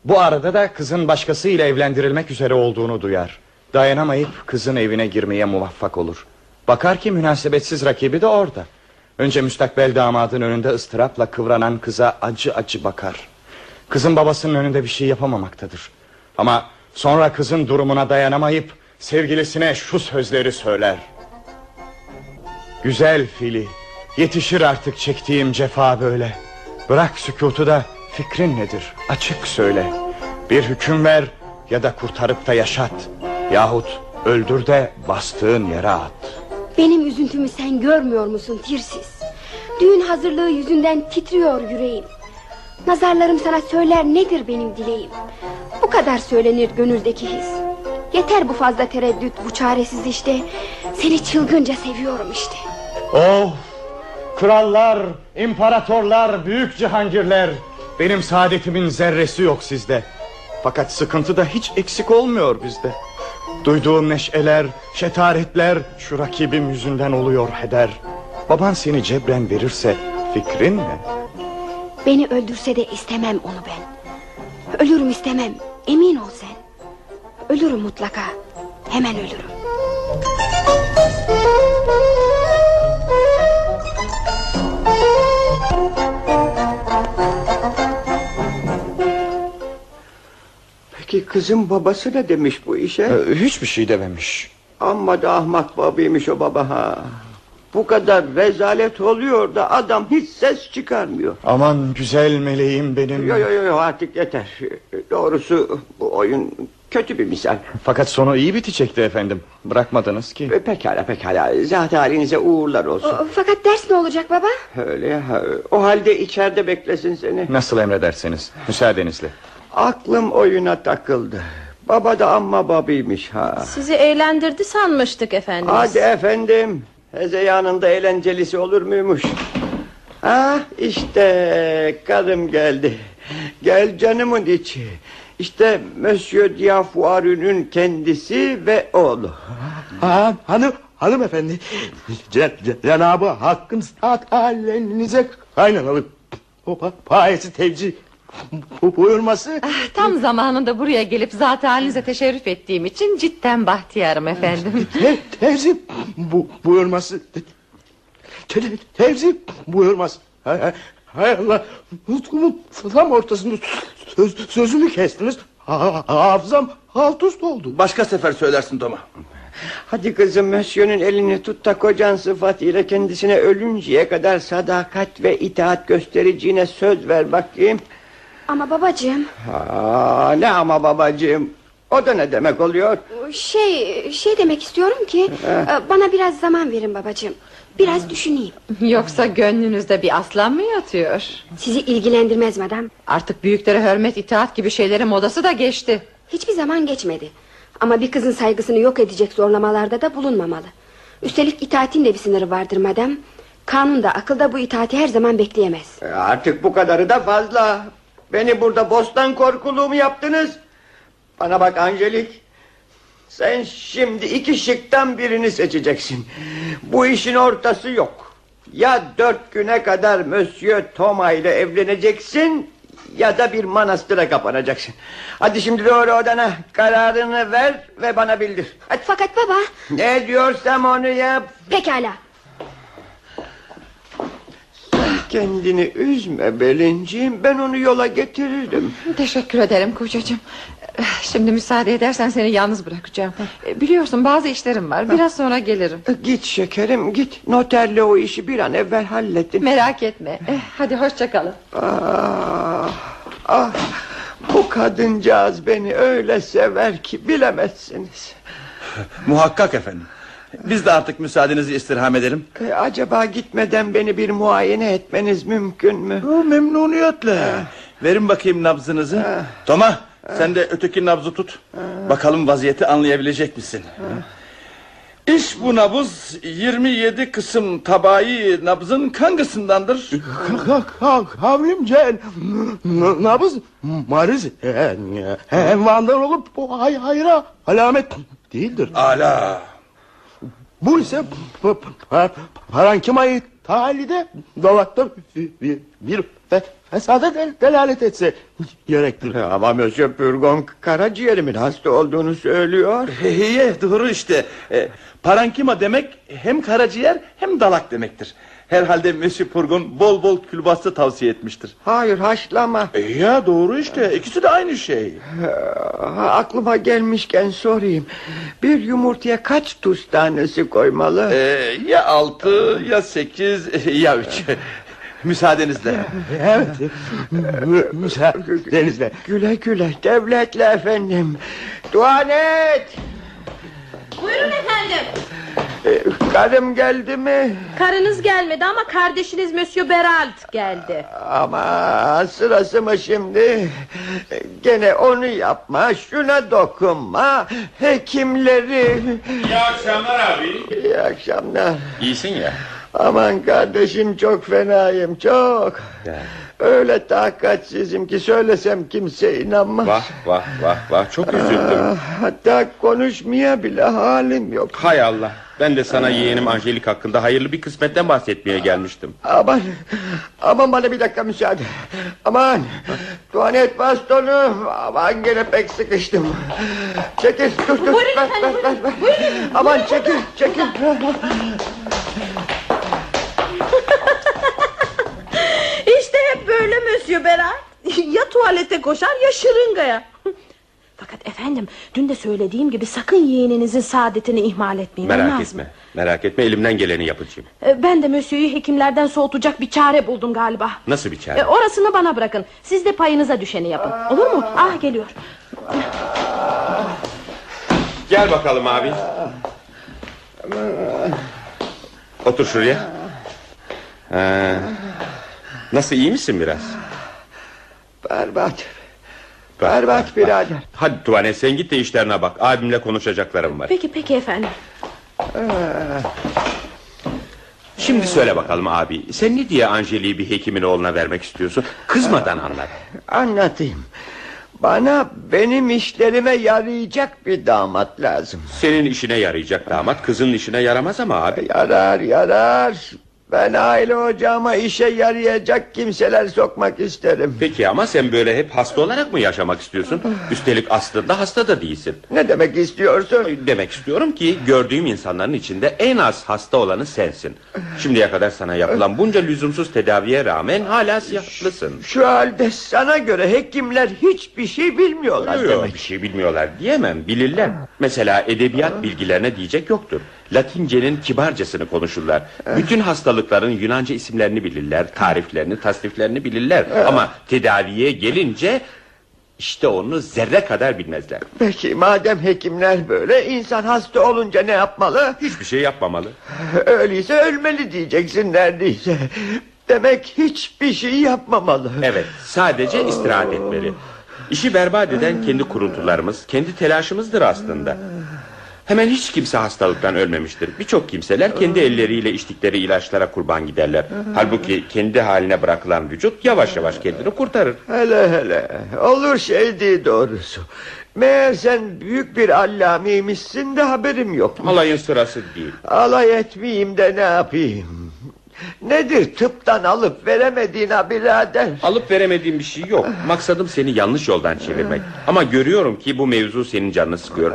Bu arada da kızın başkasıyla evlendirilmek üzere olduğunu duyar. Dayanamayıp kızın evine girmeye muvaffak olur. Bakar ki münasebetsiz rakibi de orada. Önce müstakbel damadın önünde ıstırapla kıvranan kıza acı acı bakar. Kızın babasının önünde bir şey yapamamaktadır. Ama sonra kızın durumuna dayanamayıp sevgilisine şu sözleri söyler. Güzel fili Yetişir artık çektiğim cefa böyle Bırak sükutu da fikrin nedir açık söyle Bir hüküm ver ya da kurtarıp da yaşat Yahut öldür de bastığın yere at Benim üzüntümü sen görmüyor musun Tirsiz? Düğün hazırlığı yüzünden titriyor yüreğim. Nazarlarım sana söyler nedir benim dileğim? Bu kadar söylenir gönüldeki his. Yeter bu fazla tereddüt, bu çaresiz işte. Seni çılgınca seviyorum işte. Oh krallar, imparatorlar, büyük cihangirler Benim saadetimin zerresi yok sizde Fakat sıkıntı da hiç eksik olmuyor bizde Duyduğum neşeler, şetaretler şu rakibim yüzünden oluyor heder Baban seni cebren verirse fikrin ne? Beni öldürse de istemem onu ben. Ölürüm istemem, emin ol sen. Ölürüm mutlaka, hemen ölürüm. Peki kızın babası ne demiş bu işe? Ee, hiçbir şey dememiş Amma da ahmak babiymiş o baba ha. Bu kadar rezalet oluyor da adam hiç ses çıkarmıyor. Aman güzel meleğim benim Yo yo yo yo, artık yeter. Doğrusu bu oyun kötü bir misal. Fakat sonu iyi bitecekti efendim Bırakmadınız ki E, Pekala pekala. Zat halinize uğurlar olsun. O- Fakat ders ne olacak baba? Öyle ya. O halde içeride beklesin seni. Nasıl emrederseniz müsaadenizle Aklım oyuna takıldı. Baba da amma babiymiş ha. Sizi eğlendirdi sanmıştık efendimiz. Hadi efendim. Hezeyanında eğlencelisi olur muymuş? Ha işte karım geldi. Gel canımın içi. İşte Monsieur Diafuarü'nün kendisi ve oğlu. Ha, hanım hanımefendi Cen- Cen- Cenabı Hakk'ın saat halinize kaynanalık o pa- payesi tevcih bu- buyurması Ah, Tam zamanında buraya gelip zat halinize teşerrüf ettiğim için cidden bahtiyarım efendim. te, tevzih bu, buyurması te, te- tevzih buyurması hay, hay, hay Allah nutkumun tam ortasında söz, sözümü kestiniz ha, hafızam alt üst oldu Başka sefer söylersin Toma. Hadi kızım Monsieur'ün elini tut da kocan sıfatıyla kendisine ölünceye kadar sadakat ve itaat göstereceğine söz ver bakayım. Ama babacığım Aa, ne ama babacığım. O da ne demek oluyor? şey şey demek istiyorum ki e, bana biraz zaman verin babacığım. Biraz düşüneyim. Yoksa gönlünüzde bir aslan mı yatıyor? Sizi ilgilendirmez madam. Artık büyüklere hürmet itaat gibi şeylerin modası da geçti. Hiçbir zaman geçmedi. Ama bir kızın saygısını yok edecek zorlamalarda da bulunmamalı. Üstelik itaatin de bir sınırı vardır madam. Kanun da akıl da bu itaati her zaman bekleyemez. E, Artık bu kadarı da fazla. Beni burada bostan korkuluğu mu yaptınız? Bana bak Angelik. Sen şimdi iki şıktan birini seçeceksin. Bu işin ortası yok. Ya dört güne kadar Monsieur Toma ile evleneceksin... ...ya da bir manastıra kapanacaksın. Hadi şimdi doğru odana kararını ver ve bana bildir. Hadi. Fakat baba Ne diyorsam onu yap. pekala. Kendini üzme Belinciğim. Ben onu yola getirirdim. Teşekkür ederim kocacığım. Eh, Şimdi müsaade edersen seni yalnız bırakacağım. Eh, Biliyorsun bazı işlerim var. Biraz sonra gelirim. Git şekerim git Noterle o işi bir an evvel halledin Merak etme. Eh, Hadi hoşça kalın. ah, ah, Bu kadıncağız beni öyle sever ki bilemezsiniz Muhakkak efendim. Biz de artık müsaadenizi istirham edelim. E, Acaba gitmeden beni bir muayene etmeniz mümkün mü? Ah. Ha, memnuniyetle. Verin bakayım nabzınızı. Toma Ah. sen de öteki nabzı tut. Bakalım vaziyeti anlayabilecek misin? İş bu nabız 27 kısım tabayı nabzın kangasındandır. Kavrimce nabız mariz e, envandan olup bu hay hayra alamet değildir. Ala. Bu ise p- p- parankimayı talide dolakta bir, bir fe- fesada del- delalet etse gerektir. Ama Monsieur Purgon karaciğerimin hasta olduğunu söylüyor. Heye doğru işte. E, parankima demek hem karaciğer hem dalak demektir. Herhalde Monsieur Purgon bol bol külbastı tavsiye etmiştir. Hayır haşlama. E, ya doğru işte. İkisi de aynı şey. Ha, aklıma gelmişken sorayım. Bir yumurtaya kaç tuz tanesi koymalı? E, ya altı ya sekiz ya üç. Müsaadenizle. Evet. Mü- Müsaadenizle. Güle güle devletle efendim. Duanet! Buyurun efendim. Ee, Karım geldi mi? Karınız gelmedi ama kardeşiniz Monsieur Beralt geldi. Ama sırası mı şimdi? Ee, Gene onu yapma, şuna dokunma. Hekimleri... İyi akşamlar abi. İyi akşamlar. İyisin ya. Aman kardeşim çok fenayım, çok. Öyle takatsizim ki söylesem kimse inanmaz. Vah vah vah vah çok üzüldüm. Ah, Hatta konuşmaya bile halim yok. Hay Allah. Ben de sana yeğenim Angelik hakkında hayırlı bir kısmetten bahsetmeye gelmiştim. Aman, aman bana bir dakika müsaade. Aman, tuvalet bastonu. Aman gene pek sıkıştım. Çekil, dur, dur. Buyurun ver, efendim, ver, ver, ver. Aman çekil, çekil. İşte hep böyle Monsieur Beralt. ya tuvalete koşar ya şırıngaya. Fakat efendim dün de söylediğim gibi sakın yeğeninizin saadetini ihmal etmeyin. Merak olmaz etme. mı? Merak etme elimden geleni yapacağım. Ee, Ben de Monsieur'ü hekimlerden soğutacak bir çare buldum galiba. Nasıl bir çare? Ee, Orasını bana bırakın. Siz de payınıza düşeni yapın. Olur mu? Ah geliyor. Gel bakalım abi. Otur şuraya. Ee, nasıl iyi misin biraz? Berbat, berbat birader. Hadi Tuvanet sen git de işlerine bak. Abimle konuşacaklarım var. Peki peki efendim. Şimdi söyle bakalım abi. Sen ne diye Anjeli'yi bir hekimin oğluna vermek istiyorsun? Kızmadan anlat. Anlatayım. Bana benim işlerime yarayacak bir damat lazım. Senin işine yarayacak damat kızın işine yaramaz ama abi. Yarar, yarar. Ben aile ocağıma işe yarayacak kimseler sokmak isterim. Peki ama sen böyle hep hasta olarak mı yaşamak istiyorsun? Üstelik aslında hasta da değilsin. E, Ne demek istiyorsun? Demek istiyorum ki gördüğüm insanların içinde en az hasta olanı sensin. Şimdiye kadar sana yapılan bunca lüzumsuz tedaviye rağmen hala siyahlısın. Şu halde sana göre hekimler hiçbir şey bilmiyorlar Yok, demek. bir şey bilmiyorlar diyemem bilirler. Mesela edebiyat bilgilerine diyecek yoktur. Latincenin kibarcasını konuşurlar. Bütün hastalıkların Yunanca isimlerini bilirler. Tariflerini, tasniflerini bilirler. Ama tedaviye gelince işte onu zerre kadar bilmezler. Peki madem hekimler böyle insan hasta olunca ne yapmalı? Hiçbir şey yapmamalı. Öyleyse ölmeli diyeceksin neredeyse. Demek hiçbir şey yapmamalı. Evet sadece istirahat etmeli İşi berbat eden kendi kuruntularımız Kendi telaşımızdır aslında Hemen hiç kimse hastalıktan ölmemiştir Birçok kimseler kendi elleriyle içtikleri ilaçlara kurban giderler Halbuki kendi haline bırakılan vücut Yavaş yavaş kendini kurtarır Hele hele olur şey değil doğrusu. Meğer sen büyük bir allamiymişsin de haberim yok. Alayın sırası değil Alay etmeyeyim de ne yapayım? Nedir tıptan alıp veremediğin ha birader? Alıp veremediğim bir şey yok Maksadım seni yanlış yoldan çevirmek Ama görüyorum ki bu mevzu senin canını sıkıyor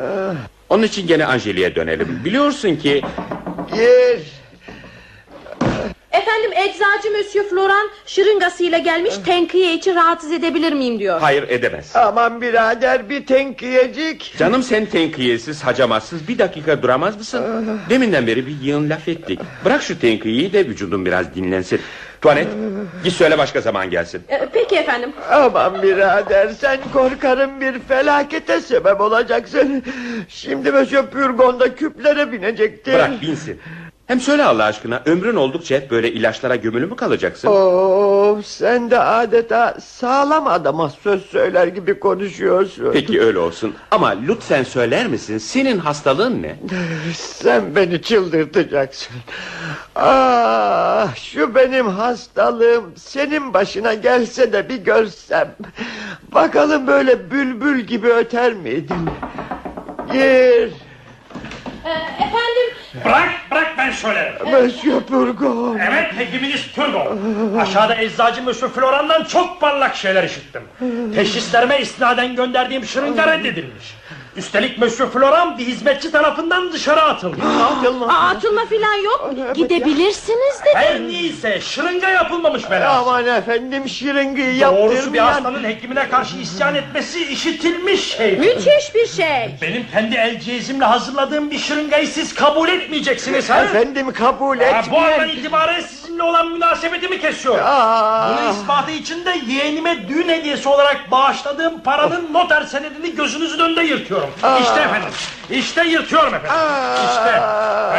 Onun için gene Anjeli'ye dönelim Biliyorsun ki Gir. Efendim eczacı Monsieur Floran şırıngasıyla gelmiş tenkiye için rahatsız edebilir miyim diyor. hayır edemez Aman birader bir tenkiyecik. Canım sen tenkiyesiz, hacamatsız bir dakika duramaz mısın? Deminden beri bir yığın laf ettik. Bırak şu tenkiyeyi de vücudun biraz dinlensin. Tuanet, git söyle başka zaman gelsin. Ee, Peki efendim. Aman birader sen korkarım bir felakete sebep olacaksın. Şimdi Mösyö Pürgon da küplere binecekti. Bırak binsin. Hem söyle Allah aşkına ömrün oldukça hep böyle ilaçlara gömülü mü kalacaksın? Of sen de adeta sağlam adama söz söyler gibi konuşuyorsun. Peki öyle olsun ama lütfen söyler misin senin hastalığın ne? Sen beni çıldırtacaksın. Ah, şu benim hastalığım senin başına gelse de bir görsem. Bakalım böyle bülbül gibi öter miydin? Gir. Ee, efendim Bırak bırak ben söylerim. Monsieur Purgon. Evet hekiminiz Turgo. Aşağıda eczacı Mösyö Floran'dan çok parlak şeyler işittim. Teşhislerime isnaden gönderdiğim şırınga reddedilmiş. Üstelik Mösyö Floran bir hizmetçi tarafından dışarı atıldı. Aa, atılma filan yok Gidebilirsiniz de Her neyse şırınga yapılmamış velhasıl. Aman efendim şırıngıyı Doğrusu bir yaptırmayan... hastanın hekimine karşı isyan etmesi işitilmiş şey. Müthiş bir şey Benim kendi el cihazimle hazırladığım bir şırıngayı siz kabul etmeyeceksiniz ha? Efendim kabul Ha, et. bu andan itibaren sizinle olan münasebetimi kesiyorum. Bunun ispatı için de yeğenime düğün hediyesi olarak bağışladığım paranın noter senedini gözünüzün önünde yırtıyorum. İşte efendim. İşte yırtıyorum efendim. İşte.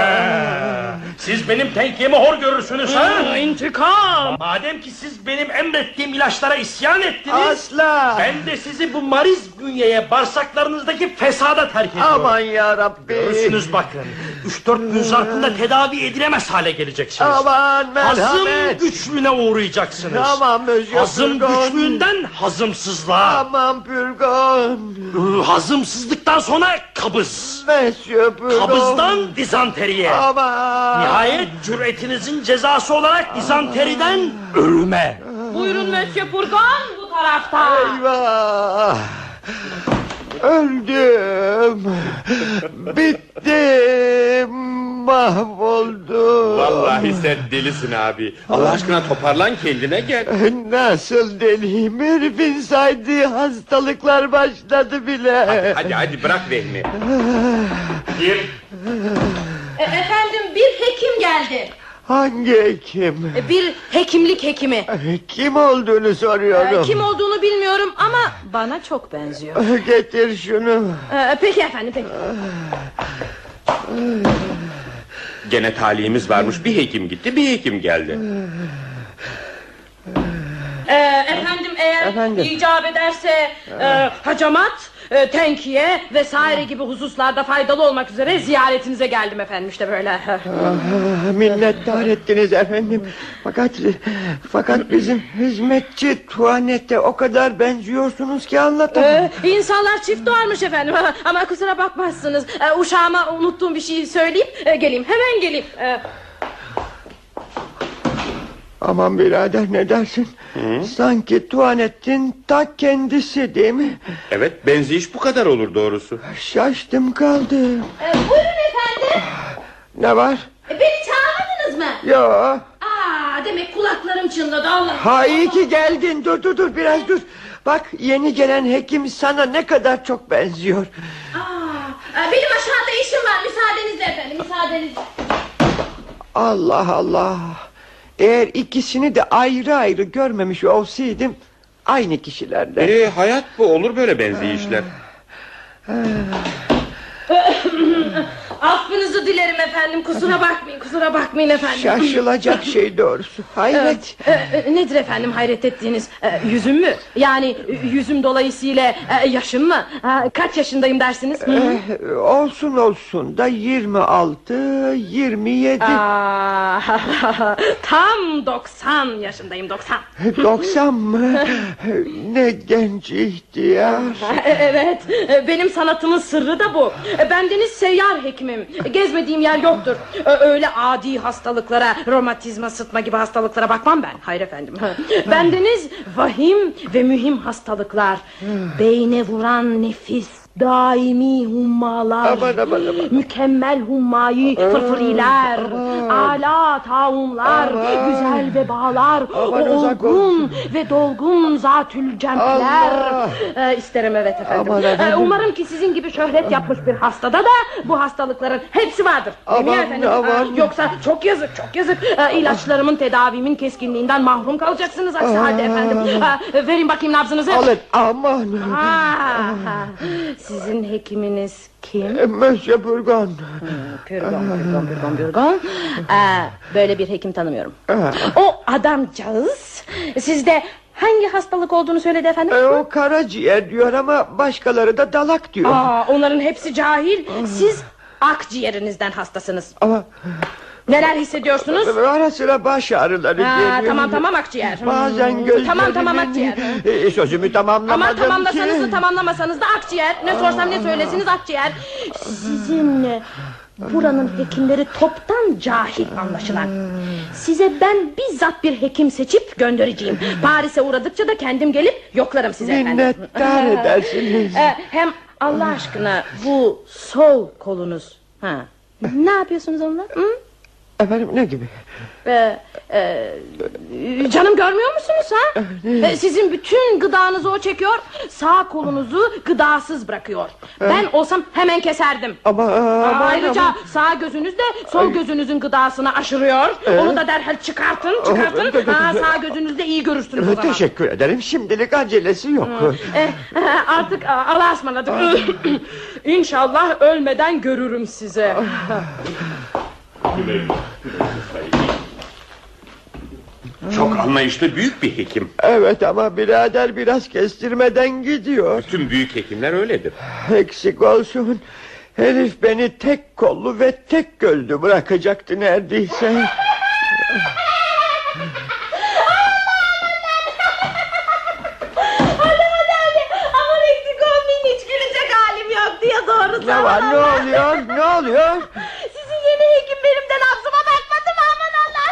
Ha, Siz benim tenkiyemi hor görürsünüz ha? İntikam. Madem ki siz benim emrettiğim ilaçlara isyan ettiniz. Asla. Ben de sizi bu mariz bünyeye bağırsaklarınızdaki fesada terk ediyorum. Aman ya Rabbi. Görürsünüz bakın. 3-4 gün zarfında tedavi edilemez hale geleceksiniz. Aman Hazım merhamet. güçlüğüne uğrayacaksınız. Aman Monsieur Hazım Purgon. güçlüğünden hazımsızlığa. Aman Purgon. Ee, Hazımsızlıktan sonra kabız. Monsieur Purgon. Kabızdan dizanteriye. Aman. Nihayet cüretinizin cezası olarak dizanteriden ölüme. Buyurun Mösyö Purgon bu tarafta Eyvah! Ah. Öldüm. Bittim. Mahvoldum. Vallahi sen delisin abi. Allah aşkına toparlan kendine gel. Nasıl deliyim herifin saydığı hastalıklar başladı bile. Ah. Hadi hadi bırak vehmi. Bir E, Efendim bir hekim geldi Hangi hekim? E, Bir hekimlik hekimi Kim olduğunu E, soruyorum. Kim olduğunu bilmiyorum ama bana çok benziyor Getir şunu. E, Peki efendim peki Gene talihimiz varmış bir hekim gitti bir hekim geldi. Ee, efendim eğer Efendim. icap ederse e, hacamat, e, tenkiye vesaire gibi hususlarda faydalı olmak üzere ziyaretinize geldim efendim işte böyle. Ah, Minnettar ettiniz efendim. Fakat fakat bizim hizmetçi tuvalete o kadar benziyorsunuz ki anlatamam. Ee, insanlar çift doğarmış efendim ama kusura bakmazsınız. Ee, uşağıma unuttuğum bir şeyi söyleyip e, geleyim hemen geleyim. Ee, Aman birader ne dersin? Sanki Tuanettin ta kendisi değil mi? Evet benziyiş bu kadar olur doğrusu. Şaştım kaldım. Ee, buyurun efendim. Ne var? E, Ee, Beni çağırmadınız mı? Ya. Aa, demek kulaklarım çınladı Allah. Ha iyi ki geldin. Dur dur dur biraz dur. Bak yeni gelen hekim sana ne kadar çok benziyor. Aa, e, benim aşağıda işim var. Müsaadenizle efendim, müsaadenizle. Allah Allah. Eğer ikisini de ayrı ayrı görmemiş olsaydım aynı kişilerde. Ee, hayat bu olur böyle benzeyişler. affınızı dilerim efendim kusura bakmayın kusura bakmayın efendim. Şaşılacak şey doğrusu. Hayret. Ee, e, nedir efendim hayret ettiğiniz Ee, yüzüm mü? Yani e, yüzüm dolayısıyla e, yaşım mı? Ha, kaç yaşındayım dersiniz? Hı? Eh, olsun olsun da 26 27 Aa, tam 90 yaşındayım 90. 90 mı? ne genç ihtiyar. E- Evet, e, benim sanatımın sırrı da bu. E, Bendeniz seyyar hekimim. E, Gezmediğim yer yoktur. E, Öyle adi hastalıklara, romatizma, sıtma gibi hastalıklara bakmam ben. Hayır efendim. Bendeniz vahim ve mühim hastalıklar. Beyne vuran nefis. Daimi hummalar Aman, aman, aman. Mükemmel hummayı fırfuriler Ala taunlar Güzel vebalar Aman, uzak Olgun ve dolgun zatül Allah! cemler ee, isterim evet efendim. Aman Ee, efendim. umarım ki sizin gibi şöhret yapmış bir hastada da bu hastalıkların hepsi vardır. Değil mi Aman, efendim? aman. Ee, yoksa çok yazık çok yazık. Ee, ilaçlarımın tedavimin keskinliğinden mahrum kalacaksınız aksi halde efendim. Ee, verin bakayım nabzınızı. Alın aman. Ah, Sizin hekiminiz kim? Eh, Monsieur Ah. Burgon. Pürgon, pürgon, pürgon, pürgon. Aa, Ee, böyle bir hekim tanımıyorum. Ah. O adamcağız sizde hangi hastalık olduğunu söyledi efendim? E, o karaciğer diyor ama başkaları da dalak diyor. Aa, onların hepsi cahil. Siz akciğerinizden hastasınız. Ama Neler hissediyorsunuz? ara sıra baş ağrıları Aa, geliyor. tamam tamam akciğer. Hmm. Bazen gözlerimin... Tamam tamam akciğer. E, sözümü tamamlamadım Aman tamamlasanız da ki. tamamlamasanız da akciğer. Ne sorsam ne söylesiniz akciğer. Sizin e, buranın hekimleri toptan cahil anlaşılan. Size ben bizzat bir hekim seçip göndereceğim. Paris'e uğradıkça da kendim gelip yoklarım size efendim. Minnettar edersiniz. Ee, Hem Allah aşkına bu sol kolunuz. Ha. Ne yapıyorsunuz onunla? Hı? Efendim ne gibi? Ee, e, canım görmüyor musunuz ha? Ee, sizin bütün gıdanızı o çekiyor. Sağ kolunuzu gıdasız bırakıyor. Ben olsam hemen keserdim. Ee? Ama, e, Aa, ama Ayrıca sağ gözünüz de sol gözünüzün gıdasını aşırıyor. Ee? Onu da derhal çıkartın, çıkartın. Aa, sağ gözünüzle iyi görürsünüz o zaman. Teşekkür ederim şimdilik acelesi yok. Eh, artık aa, Allah'a ısmarladık. İnşallah ölmeden görürüm size. Ah. Çok anlayışlı büyük bir hekim. Evet ama birader biraz kestirmeden gidiyor. Tüm büyük hekimler öyledir. Eksik olsun. Herif beni tek kollu ve tek gözlü bırakacaktı neredeyse. Aman eksik olmayın hiç gülecek halim yok diye doğrusu. Ne var Aman ne Allah. oluyor ne oluyor? Sizin yeni hekim benim de nabzıma bakmadı mı aman Allah.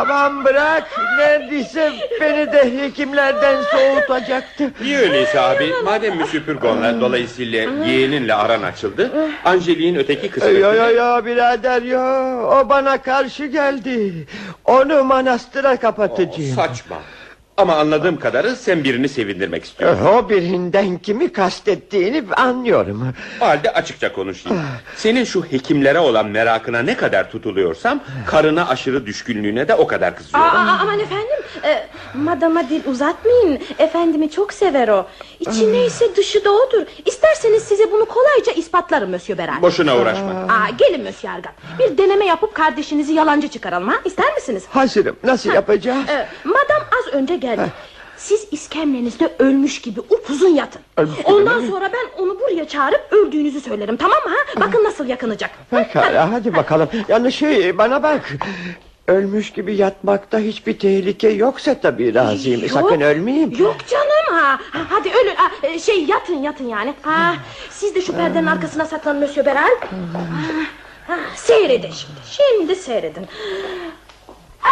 Aman bırak neredeyse beni de hekimlerden soğutacaktı. Niye öyleyse abi? Madem Monsieur Purgon'la dolayısıyla yeğeninle aran açıldı. Angelique'in öteki kısmı. Yo yo yo birader yo o bana karşı geldi. Onu manastıra kapatacağım. Oh, Saçma. Ama anladığım kadarı sen birini sevindirmek istiyorsun. Eh, O birinden kimi kastettiğini anlıyorum. O halde açıkça konuşayım. Senin şu hekimlere olan merakına ne kadar tutuluyorsam... ...karına aşırı düşkünlüğüne de o kadar Aa, kızıyorum. aa, aman efendim e, Madama dil uzatmayın Efendimi çok sever o İçi neyse dışı da odur İsterseniz size bunu kolayca ispatlarım Mösyö Berat Boşuna uğraşma. Aa, Gelin Mösyö Argan Bir deneme yapıp kardeşinizi yalancı çıkaralım ha? İster misiniz? Hazırım nasıl yapacağız? E, madam az önce geldi Siz iskemlenizde ölmüş gibi upuzun yatın Ondan sonra ben onu buraya çağırıp öldüğünüzü söylerim tamam mı? Ha? Bakın nasıl yakınacak Pekala hadi bakalım. Yani şey bana bak. Ölmüş gibi yatmakta hiçbir tehlike yoksa tabii razıyım. Yok. Sakın ölmeyeyim. Yok canım ha. Ha, Hadi ölün. Ha, e, şey yatın yatın yani. Ha. Siz de şu perdenin arkasına saklanın Monsieur Beral. Ha, ha, seyredin şimdi. Şimdi seyredin. Aa!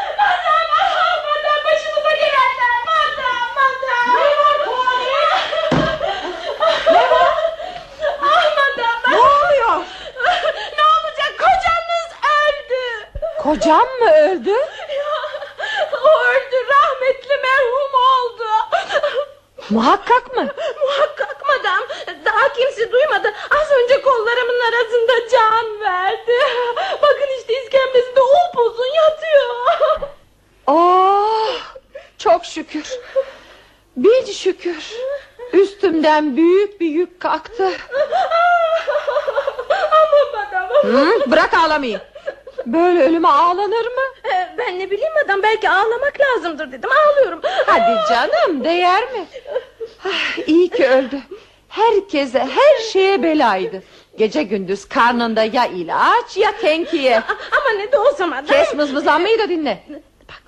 Madam, ah, madam, başımıza gelenler. Madam, madam. Ah, madam, Ne madam. oluyor? Ne olacak? Kocanız öldü. Kocam mı öldü? O öldü rahmetli merhum oldu Muhakkak mı? Muhakkak madam Daha kimse duymadı Az önce kollarımın arasında can verdi Bakın işte iskemlesinde upuzun yatıyor Oh, çok şükür. Bir şükür. Üstümden büyük bir yük kalktı. Aman madam Hı, bırak ağlamayı. Böyle ölüme ağlanır mı? Ee, Ben ne bileyim madam belki ağlamak lazımdır dedim Ağlıyorum Ah! Hadi canım değer mi? Ah, iyi ki öldü. Herkese her şeye belaydı. Gece gündüz karnında ya ilaç ya tenkiye. A- Ama ne de olsa madam Kes mızmızlanmayı da dinle. Bak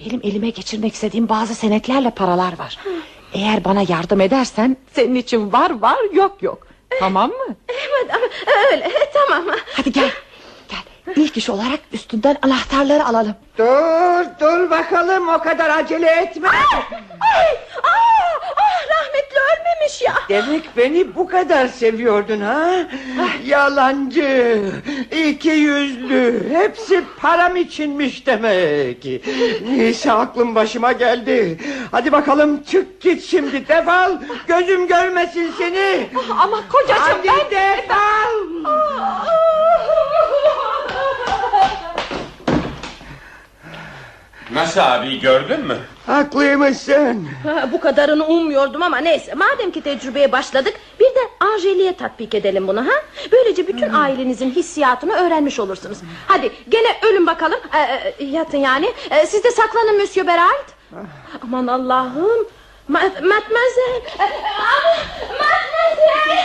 benim elime geçirmek istediğim bazı senetlerle paralar var. Eğer bana yardım edersen senin için var var yok yok. Tamam mı? Madam öyle tamam Hadi gel. Gel. İlk iş olarak üstünden anahtarları alalım. Dur dur bakalım o kadar acele etme. Ay, aa, ah, rahmetli ölmemiş ya Demek beni bu kadar seviyordun ha? Ah. Yalancı, iki yüzlü, hepsi param içinmiş demek. Neyse aklım başıma geldi. Hadi bakalım çık git şimdi defol. Gözüm görmesin seni. Ah, Ama kocacığım Ah, Hadi defol. Nasıl abi gördün mü? Haklıymışsın. Ha, bu kadarını ummuyordum ama neyse. Madem ki tecrübeye başladık Bir de Anjeli'ye tatbik edelim bunu ha. Böylece bütün ailenizin hissiyatını öğrenmiş olursunuz. Hadi gene ölün bakalım Ee, e, Yatın yani Ee, Siz de saklanın Monsieur Berard Aman Allah'ım Ma- Matmazel Ee, ama- Matmazel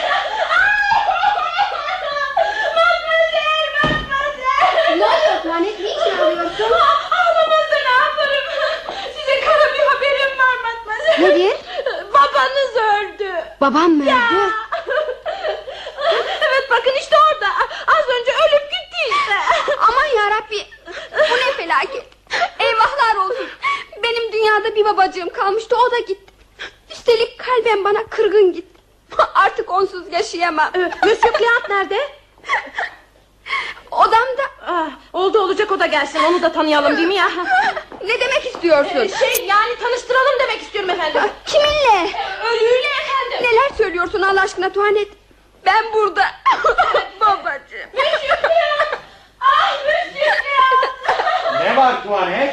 Ne oluyor Tuanet? Niçin ağlıyorsun? Ağlamazsa ne yaparım Size kara bir haberim var Matmazel Nedir? Babanız öldü Babam mı öldü? Evet bakın işte orada Az önce ölüp gitti işte Aman yarabbi bu ne felaket. Eyvahlar olsun. Benim dünyada bir babacığım kalmıştı o da gitti. Üstelik kalben bana kırgın gitti. Artık onsuz yaşayamam. Monsieur Cléant Ee, nerede? Odamda Ah, oldu olacak o da gelsin onu da tanıyalım değil mi ya? ne demek istiyorsun? Şey yani tanıştıralım demek istiyorum efendim. Kiminle? Ölüyle efendim. Neler söylüyorsun Allah aşkına Tuanet? Ben burada. Babacığım. Ne var Tuvanet?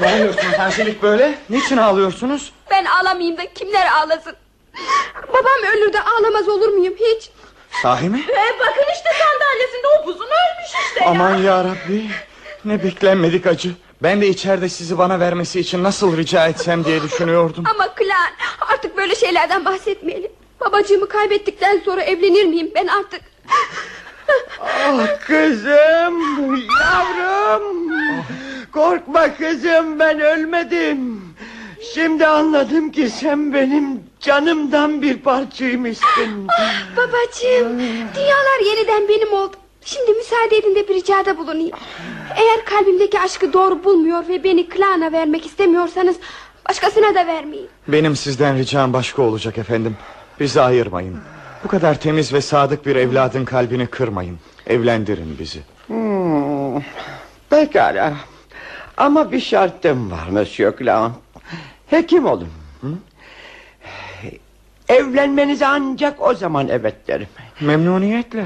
Ne oluyorsunuz Angelik böyle? Niçin ağlıyorsunuz? Ben ağlamayayım da kimler ağlasın? Babam ölür de ağlamaz olur muyum hiç? Sahi mi? E, bakın işte sandalyesinde upuzun ölmüş işte. Aman ya Rabbi. Ne beklenmedik acı. Ben de içeride sizi bana vermesi için nasıl rica etsem diye düşünüyordum. Ama Klan artık böyle şeylerden bahsetmeyelim. Babacığımı kaybettikten sonra evlenir miyim ben artık? Ah kızım, yavrum. Korkma kızım ben ölmedim. Şimdi anladım ki sen benim canımdan bir parçaymışsın. Babacığım dünyalar yeniden benim oldu. Şimdi müsaade edin de bir ricada bulunayım. Eğer kalbimdeki aşkı doğru bulmuyor ve beni Klan'a vermek istemiyorsanız başkasına da vermeyin. Benim sizden ricam başka olacak efendim. Bizi ayırmayın. Bu kadar temiz ve sadık bir evladın kalbini kırmayın. Evlendirin bizi. Hmm, pekala. Ama bir şartım var Monsieur Clown. Hekim olun. Evlenmenize ancak o zaman evet derim. Memnuniyetle.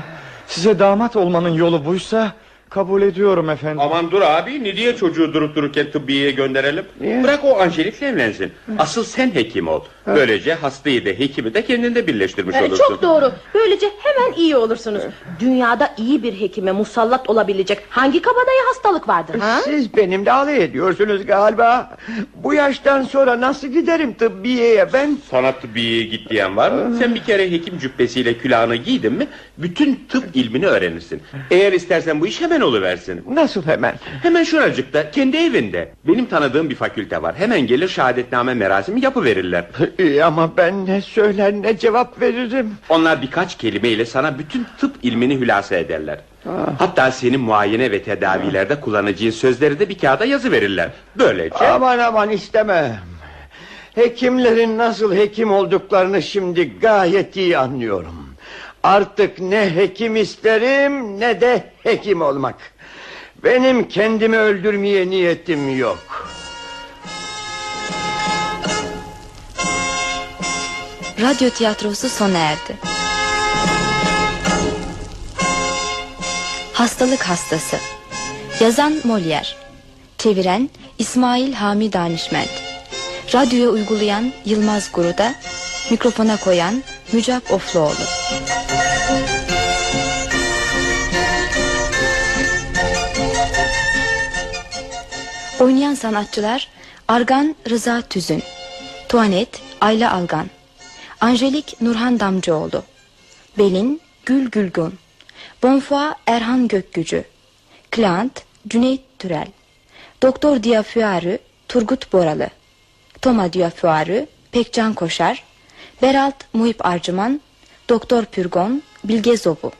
Size damat olmanın yolu buysa kabul ediyorum efendim. Aman dur abi ne diye çocuğu durup dururken tıbbiye gönderelim? Niye? Bırak o Angelik'le evlensin. Asıl sen hekim ol. Böylece hastayı da hekimi de kendinde birleştirmiş E, olursun. çok doğru. Böylece hemen iyi olursunuz. Dünyada iyi bir hekime musallat olabilecek hangi kabadayı hastalık vardır? Ha? Siz benimle alay ediyorsunuz galiba. Bu yaştan sonra nasıl giderim tıbbiyeye ben? Sana tıbbiye git diyen var mı? Sen bir kere hekim cübbesiyle külahını giydin mi bütün tıp ilmini öğrenirsin. Eğer istersen bu iş hemen oluversin. Nasıl hemen? Hemen şuracıkta kendi evinde. Benim tanıdığım bir fakülte var. Hemen gelir şehadetname merasimi yapıverirler. İyi ama ben ne söyler ne cevap veririm. Onlar birkaç kelimeyle sana bütün tıp ilmini hülasa ederler. Ah. Hatta senin muayene ve tedavilerde kullanacağın sözleri de bir kağıda yazı verirler. Böylece Aman aman istemem. Hekimlerin nasıl hekim olduklarını şimdi gayet iyi anlıyorum. Artık ne hekim isterim ne de hekim olmak. Benim kendimi öldürmeye niyetim yok. Radyo tiyatrosu sona erdi. Hastalık Hastası Yazan Molière Çeviren İsmail Hami Danişment Radyoya uygulayan Yılmaz Guruda Mikrofona koyan Mücap Ofluoğlu Oynayan sanatçılar Argan Rıza Tüzün Tuanet Ayla Algan Angelik Nurhan Damcıoğlu Belin Gül Gülgün Bonfoy Erhan Gökgücü Klant Cüneyt Türel Doktor Diyafüarı Turgut Boralı Toma Diyafüarı Pekcan Koşar Beralt Muhip Arcıman Doktor Pürgon Bilge Zobu